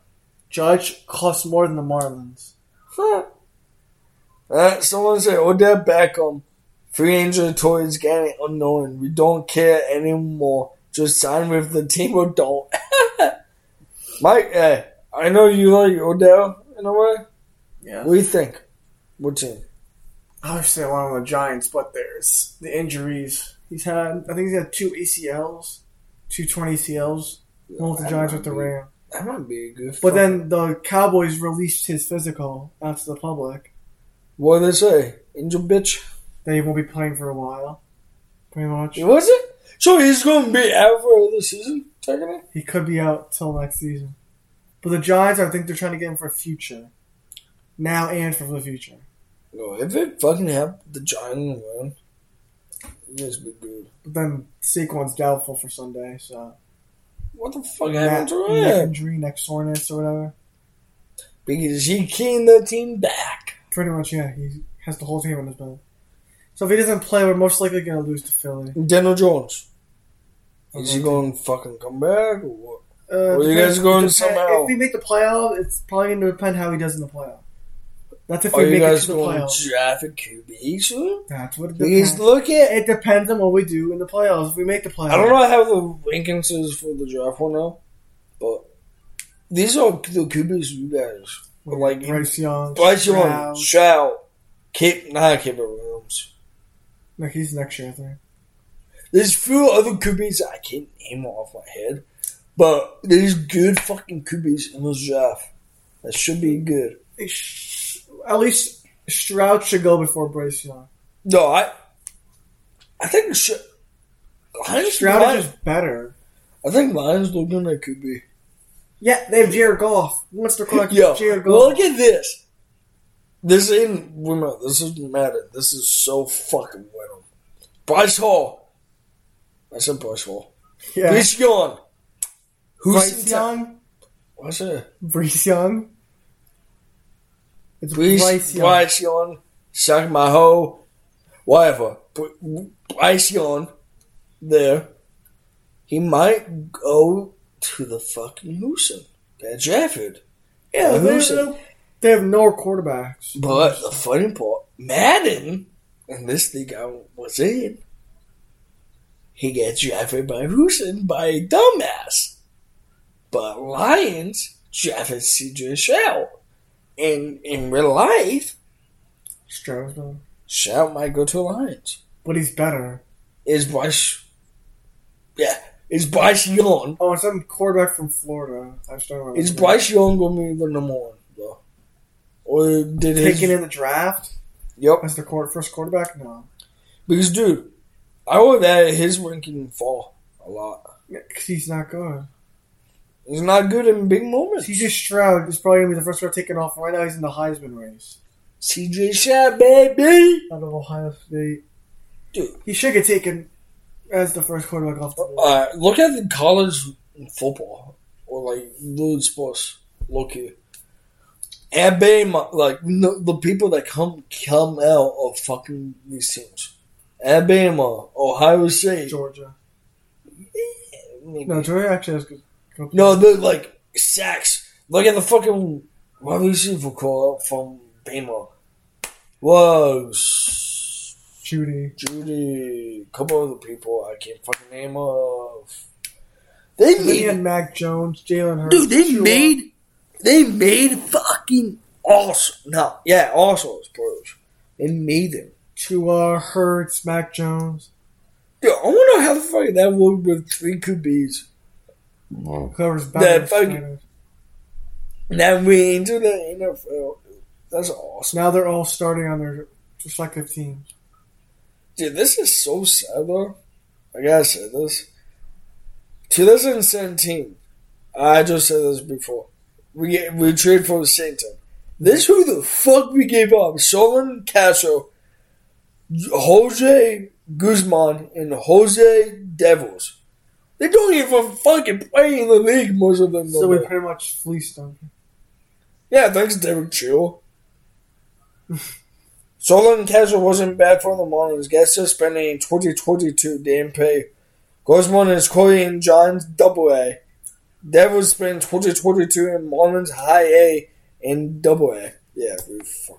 Speaker 1: Judge cost more than the Marlins.
Speaker 2: Huh. Uh, someone said Odell Beckham, free agent toys getting unknown. We don't care anymore. Just sign with the team or don't. <laughs> Mike, eh, I know you like Odell in a way.
Speaker 1: Yeah,
Speaker 2: What do you think? What team?
Speaker 1: obviously I want him on the Giants, but there's the injuries he's had. I think he's had two ACLs, two torn ACLs. One with the Giants, with the Rams.
Speaker 2: That might be a good.
Speaker 1: But
Speaker 2: fucking-
Speaker 1: then the Cowboys released his physical out to the public.
Speaker 2: what do they say? Angel bitch.
Speaker 1: That he won't be playing for a while, pretty much.
Speaker 2: Was it? So he's going to be out for the season, technically.
Speaker 1: He could be out till next season. But the Giants, I think they're trying to get him for future, now and for the future.
Speaker 2: No, if it fucking happened, the Giants win. You guys be good.
Speaker 1: But then Saquon's doubtful for Sunday, so
Speaker 2: What the fuck
Speaker 1: neck,
Speaker 2: happened to him?
Speaker 1: neck injury, neck soreness, or whatever.
Speaker 2: because he came the team back.
Speaker 1: Pretty much, yeah. He has the whole team on his back. So if he doesn't play, we're most likely gonna lose to Philly.
Speaker 2: Daniel Jones. Is
Speaker 1: Okay.
Speaker 2: he going to fucking come back or what?
Speaker 1: Uh,
Speaker 2: Well, you
Speaker 1: depends-
Speaker 2: guys going
Speaker 1: depend-
Speaker 2: somehow.
Speaker 1: If we make the playoff, it's probably gonna depend how he does in the playoff. That's if
Speaker 2: Are
Speaker 1: we
Speaker 2: you
Speaker 1: make it
Speaker 2: guys
Speaker 1: to the
Speaker 2: going
Speaker 1: playoff.
Speaker 2: draft a QB soon?
Speaker 1: That's what it
Speaker 2: Because
Speaker 1: depends.
Speaker 2: look at
Speaker 1: It depends on what we do in the playoffs. If we make the playoffs,
Speaker 2: I don't know how the rankings is for the draft one now, but these are the QBs you guys
Speaker 1: We're
Speaker 2: like.
Speaker 1: Bryce Young,
Speaker 2: Bryce Young,
Speaker 1: Stroud.
Speaker 2: Shout, Kip, not Kip Williams.
Speaker 1: No, he's next year, I think.
Speaker 2: There's few other QBs I can't name off my head, but there's good fucking QBs in this draft that should be good.
Speaker 1: At least Stroud should go before Bryce Young.
Speaker 2: No, I. I think Sh- Lions,
Speaker 1: Stroud
Speaker 2: Lions-
Speaker 1: is just better.
Speaker 2: I think Lions looking at QB.
Speaker 1: Yeah, they have Jared Goff. What's the clock?
Speaker 2: Yo,
Speaker 1: Jared Goff.
Speaker 2: look at this. This ain't women. This isn't Madden. This is so fucking Venom. Bryce Hall. I said Bryce Hall.
Speaker 1: yeah.
Speaker 2: Bryce Young. Who's
Speaker 1: Bryce
Speaker 2: in ta-
Speaker 1: Young.
Speaker 2: What's it?
Speaker 1: Bryce Young. It's
Speaker 2: Bryce,
Speaker 1: Bryce
Speaker 2: Bryce
Speaker 1: Young.
Speaker 2: Young. Suck my hoe. Whatever. Br- Bryce Young. there, he might go to the fucking Houston. That's Jafford. Yeah,
Speaker 1: Yeah, they,
Speaker 2: Houston.
Speaker 1: they- they have no quarterbacks.
Speaker 2: But the funny part, Madden, and this thing I was in, he gets drafted by Houston by a dumbass. But Lions drafted CJ Stroud. And in real life,
Speaker 1: Stroud's not.
Speaker 2: Stroud might go to Lions.
Speaker 1: But he's better.
Speaker 2: Is Bryce. Yeah, is Bryce Young.
Speaker 1: Oh, and some quarterback from Florida. I just don't remember.
Speaker 2: Is Bryce Young going to be the number one, though? Or did his.
Speaker 1: taken in the draft
Speaker 2: Yep.
Speaker 1: as the quar- first quarterback? No,
Speaker 2: Because, dude, I would have had his ranking fall a lot.
Speaker 1: because he's not good.
Speaker 2: He's not good in big moments.
Speaker 1: CJ Stroud is probably gonna be the first guy taken off. Right now, he's in the Heisman race
Speaker 2: CJ Shad, baby.
Speaker 1: out of Ohio State.
Speaker 2: Dude.
Speaker 1: he should get taken as the first quarterback off the board.
Speaker 2: Uh, look at the college football or like little sports. Look here. And they, mu- like no, the people that come come out of fucking these teams, Alabama, Ohio State.
Speaker 1: Georgia. No,
Speaker 2: No,
Speaker 1: Georgia actually has good. good
Speaker 2: no, they're like sacks. Look at the fucking wide receiver call out from Bama. Was
Speaker 1: Judy.
Speaker 2: Judy, a couple other people I can't fucking name of. They
Speaker 1: And then he had
Speaker 2: made,
Speaker 1: Mac Jones, Jalen Hurts.
Speaker 2: dude. They
Speaker 1: Tua.
Speaker 2: made, they made fucking awesome. No, yeah, awesome players. They made them.
Speaker 1: Tua Hurts, Mac Jones,
Speaker 2: Dude, I wonder how the fuck that worked with three QBs.
Speaker 1: whoever's better. is
Speaker 2: fucking-
Speaker 1: better.
Speaker 2: Now we into the NFL. That's awesome,
Speaker 1: Now they're all starting on their respective teams.
Speaker 2: dude. This is so sad though. I gotta say this. 2017. I just said this before. We we traded for the Satan. This who the fuck we gave up? Solon Castro, Jose Guzman, and Jose Devils. They don't even fucking play in the league. Most of them.
Speaker 1: So
Speaker 2: So
Speaker 1: we pretty much fleeced them.
Speaker 2: yeah, thanks Derek Chill. Solon Castro wasn't bad for the Marlins. Gets suspended in 2022. Didn't pay. Guzman is Corey and John's Double A. Devils spent 2022 in Marlins High A and Double A. Yeah, we fucking.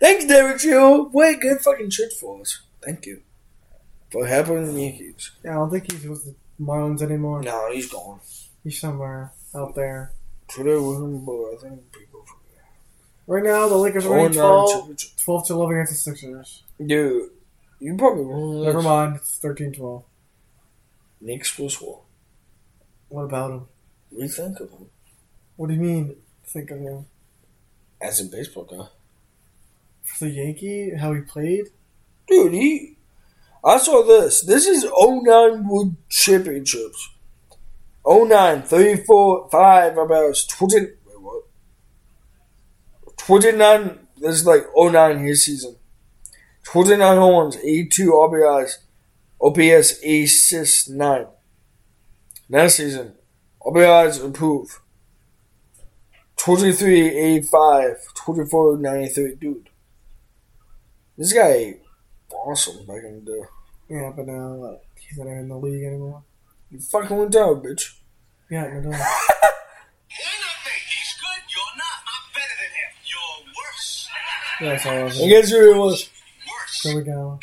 Speaker 2: Thanks, Derek Chill. Way good fucking shit for us. Thank you for helping the Yankees.
Speaker 1: Yeah, I don't think he's with the Marlins anymore.
Speaker 2: No, he's gone.
Speaker 1: He's somewhere out there.
Speaker 2: Twitter with him, but I think people.
Speaker 1: Right now, the Lakers are winning 12, 12 to 11 against the Sixers.
Speaker 2: Dude, you probably won't.
Speaker 1: Never mind, it's 13 12.
Speaker 2: Knicks was what?
Speaker 1: What about him?
Speaker 2: What do you think of him
Speaker 1: What do you mean? Think of him.
Speaker 2: as a baseball guy?
Speaker 1: For the Yankee, how he played?
Speaker 2: Dude, he. I saw this. This is 09 Wood Championships. 09, 34, 5, about 20. Wait, what? 29. This is like 09 his season. 29 horns, 82 RBIs, OPS 869. Next season, RBIs improve. 23, 85, 24, 93. Dude, this guy awesome back in the day.
Speaker 1: Yeah, but now like, he's not even in the league anymore.
Speaker 2: You fucking went down, bitch.
Speaker 1: Yeah, no <laughs> doubt.
Speaker 3: When I think he's good, you're not. I'm better than him. You're worse.
Speaker 1: Yeah, so I was
Speaker 2: I guess who it was.
Speaker 3: Worse.
Speaker 1: There we go.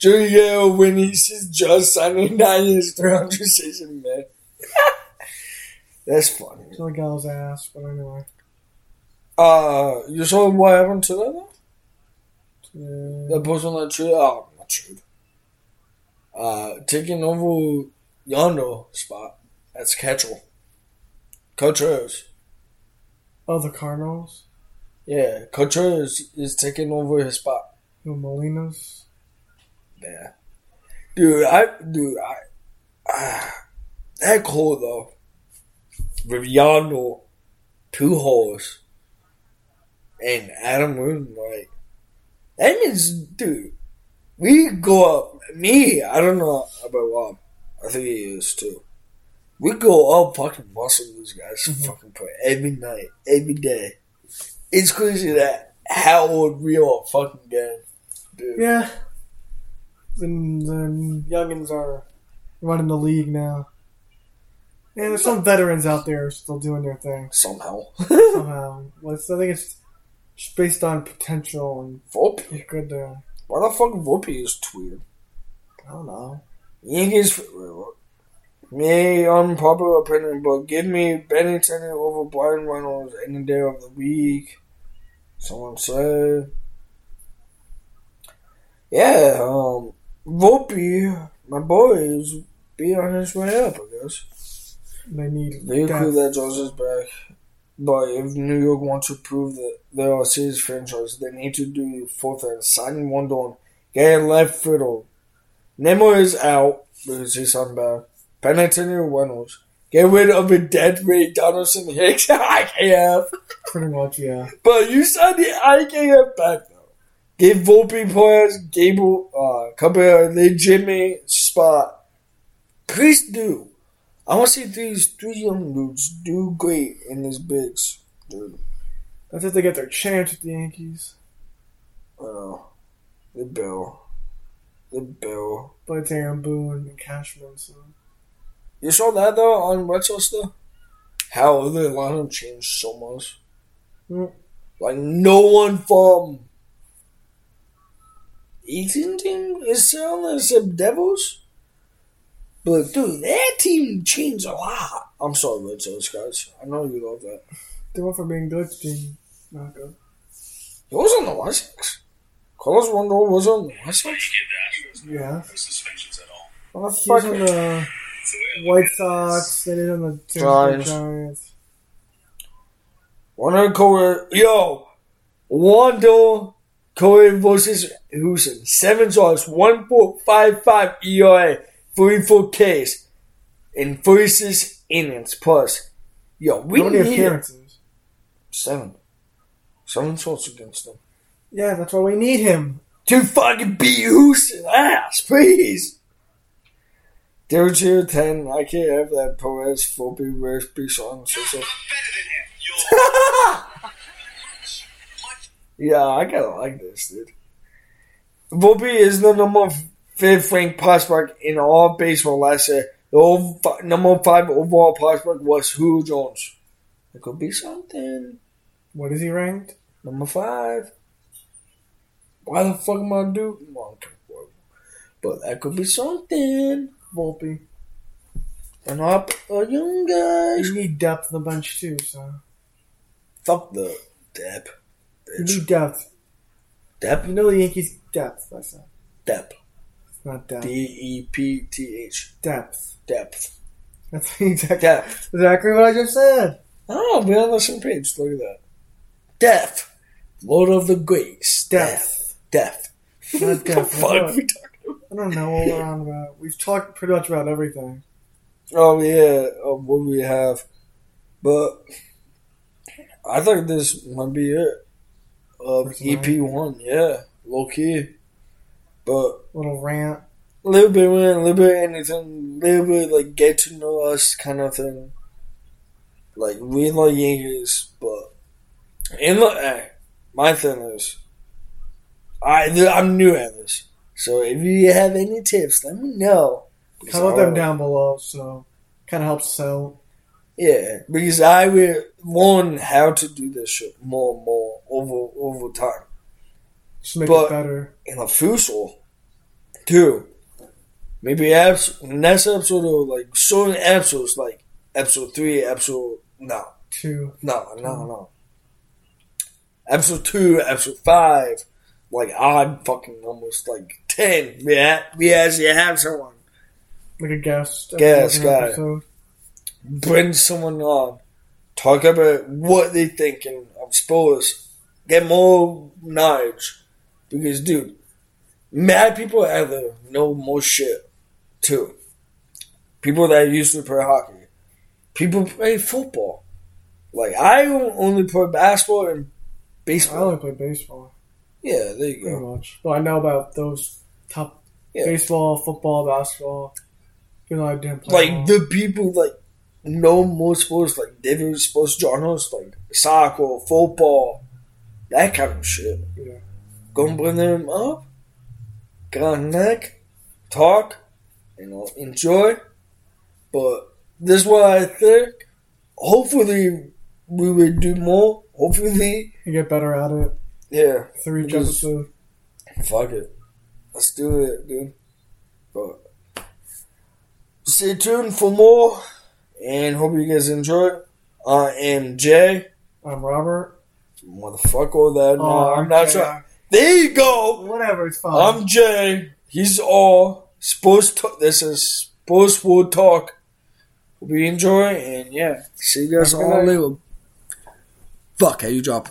Speaker 2: Joey Gale when he's just just signing nine years, 300 season, man. <laughs> That's funny.
Speaker 1: Billy Gal's ass, but anyway.
Speaker 2: Uh, you saw what happened to that? though?
Speaker 1: Yeah.
Speaker 2: That person that trade? Oh, not trade. Uh, taking over Yondo spot. That's Ketchel. Coaches.
Speaker 1: Oh, the Cardinals?
Speaker 2: Yeah, Coaches is taking over his spot.
Speaker 1: The Molinas?
Speaker 2: Yeah, dude, I dude, I <sighs> ah, that cold though. Riviano, two holes, and Adam Moon like that means, dude, we go up. Me, I don't know about Rob. I think he is too. We go up fucking muscle these guys fucking play every night, every day. It's crazy that how old we are fucking getting, dude.
Speaker 1: Yeah. the, the youngins are running the league now. And there's some veterans out there still doing their thing
Speaker 2: somehow. <laughs>
Speaker 1: somehow. Um, Well, it's, I think it's just based on potential and
Speaker 2: Volpe.
Speaker 1: you're good there.
Speaker 2: Why the fuck Volpe is weird?
Speaker 1: I don't know.
Speaker 2: Yankees. Me unpopular opinion, but give me Bennington over Brian Reynolds any day of the week. Someone said. Yeah, um, Volpe, my boy, is be on his way up, I guess.
Speaker 1: They need
Speaker 2: They
Speaker 1: depth.
Speaker 2: include that Jaws is back. But if New York wants to prove that they are a serious franchise, they need to do four things. Signing Wondon, getting left fiddle. Nemo is out because he's unbound. Pennington and Reynolds. Get rid of a dead Ray Donaldson Hicks <laughs> IKF.
Speaker 1: pretty much, yeah.
Speaker 2: But you signed the IKF back though. Give Volpe players, Gable, uh, Cabrera, legitimate spot. Please do. I want to see these three young dudes do great in this bigs, dude.
Speaker 1: That's if they get their chance with the Yankees.
Speaker 2: Uh, the Bill, the Bill.
Speaker 1: But it's Aaron Boone and Cashman, so.
Speaker 2: You saw that though on Rochester. How the lineup changed so much.
Speaker 1: Mm.
Speaker 2: Like no one from Eaton team is still on except Devils. But dude, that team changed a lot. I'm sorry, Red Sox guys. I know you love that.
Speaker 1: They went from being good to being not good.
Speaker 2: He was on the White Sox. Carlos Rondon was on the White Sox.
Speaker 1: Yeah.
Speaker 3: suspensions at all.
Speaker 2: What the
Speaker 1: He was
Speaker 2: fuck?
Speaker 1: on the uh, White Sox, then he's on the Giants.
Speaker 2: Giants.
Speaker 1: Giants.
Speaker 2: Wonder Corey, yo, Wando Corey versus Houston. Seven dollars, one point five five ERA, three four Ks, and thirty six innings plus. Yo, we
Speaker 1: How many
Speaker 2: need
Speaker 1: appearances?
Speaker 2: seven, seven shots against them
Speaker 1: Yeah, that's why we need him.
Speaker 2: to fucking beat Houston ass, please. Zero zero ten. I can't have that Perez, Phoebe, Reyes, Bison, so so.
Speaker 3: I'm better than him. You're
Speaker 2: <laughs>
Speaker 3: much, much
Speaker 2: Yeah, I gotta like this, dude. Volpe is the number fifth ranked prospect in all of baseball last year. The old fi- number five overall prospect was Julio Jones. It could be something.
Speaker 1: What is he ranked?
Speaker 2: Number five. Why the fuck am I doing? Well, okay, whatever. but that could be something.
Speaker 1: Volpe.
Speaker 2: And up a young guys.
Speaker 1: You need depth on the bench too, so.
Speaker 2: Fuck the dep.
Speaker 1: You
Speaker 2: Bitch.
Speaker 1: need depth.
Speaker 2: Dep.
Speaker 1: You know the Yankees depth, I said.
Speaker 2: Dep.
Speaker 1: It's not depth.
Speaker 2: D E P T H.
Speaker 1: depth.
Speaker 2: Depth.
Speaker 1: That's <laughs> exactly
Speaker 2: Depth.
Speaker 1: exactly what I just said.
Speaker 2: Oh, we're on the same page. Look at that. Death. Lord of the Greats.
Speaker 1: Death.
Speaker 2: Death.
Speaker 1: Not
Speaker 2: What
Speaker 1: depth.
Speaker 2: the
Speaker 1: I
Speaker 2: fuck
Speaker 1: don't-
Speaker 2: we talking
Speaker 1: I don't know what we're on about. We've talked pretty much about everything.
Speaker 2: Oh, yeah, of what we have. But I think this might be it. Of
Speaker 1: Personally.
Speaker 2: EP1, yeah. Low key. But
Speaker 1: Little rant.
Speaker 2: a little bit win, a little bit anything, a little bit like get to know us kind of thing. Like we like Yankees, but in the eh, my thing is, I I'm new at this, so if you have any tips, let me know. Because
Speaker 1: Comment
Speaker 2: I-
Speaker 1: them down below, so kind of helps us out.
Speaker 2: Yeah, because I will learn how to do this shit more and more over over time.
Speaker 1: Just make
Speaker 2: But-
Speaker 1: it better.
Speaker 2: in a fusil too. Maybe abs- next episode or like certain episodes, like episode three, episode no,
Speaker 1: Two.
Speaker 2: no, no, no. Episode two, episode five, like odd fucking numbers, like ten. We ha- we actually have someone
Speaker 1: Like a guest.
Speaker 2: Guest, got it.
Speaker 1: episode.
Speaker 2: bring someone on, talk about what they thinking of sports, get more knowledge. Because dude, mad people out there know more shit too. People that used to play hockey. People play football. Like I only play basketball and
Speaker 1: I
Speaker 2: baseball.
Speaker 1: only play baseball,
Speaker 2: Yeah, there you
Speaker 1: pretty
Speaker 2: go.
Speaker 1: much. But I know about those top
Speaker 2: Yeah.
Speaker 1: baseball, football, basketball. You know, I didn't play.
Speaker 2: Like
Speaker 1: all.
Speaker 2: the people like know more sports like different sports genres like soccer, football, that kind of shit.
Speaker 1: Yeah.
Speaker 2: Gonna bring them up. Got neck. talk and I'll enjoy. But this is what I think. Hopefully, we would do more. Hopefully,
Speaker 1: You get better at it.
Speaker 2: yeah.
Speaker 1: Three each
Speaker 2: Just-
Speaker 1: episode.
Speaker 2: Fuck it. Let's do it, dude. But stay tuned for more and hope you guys enjoy. I am Jay.
Speaker 1: I'm Robert.
Speaker 2: Motherfucker
Speaker 1: Oh,
Speaker 2: that no, I'm not
Speaker 1: okay.
Speaker 2: trying. There you go.
Speaker 1: Whatever, it's fine.
Speaker 2: I'm Jay. He's all supposed to this is supposed to talk. Hope you enjoy and yeah. See you guys
Speaker 1: Have a
Speaker 2: all
Speaker 1: good night.
Speaker 2: later. Fuck how you drop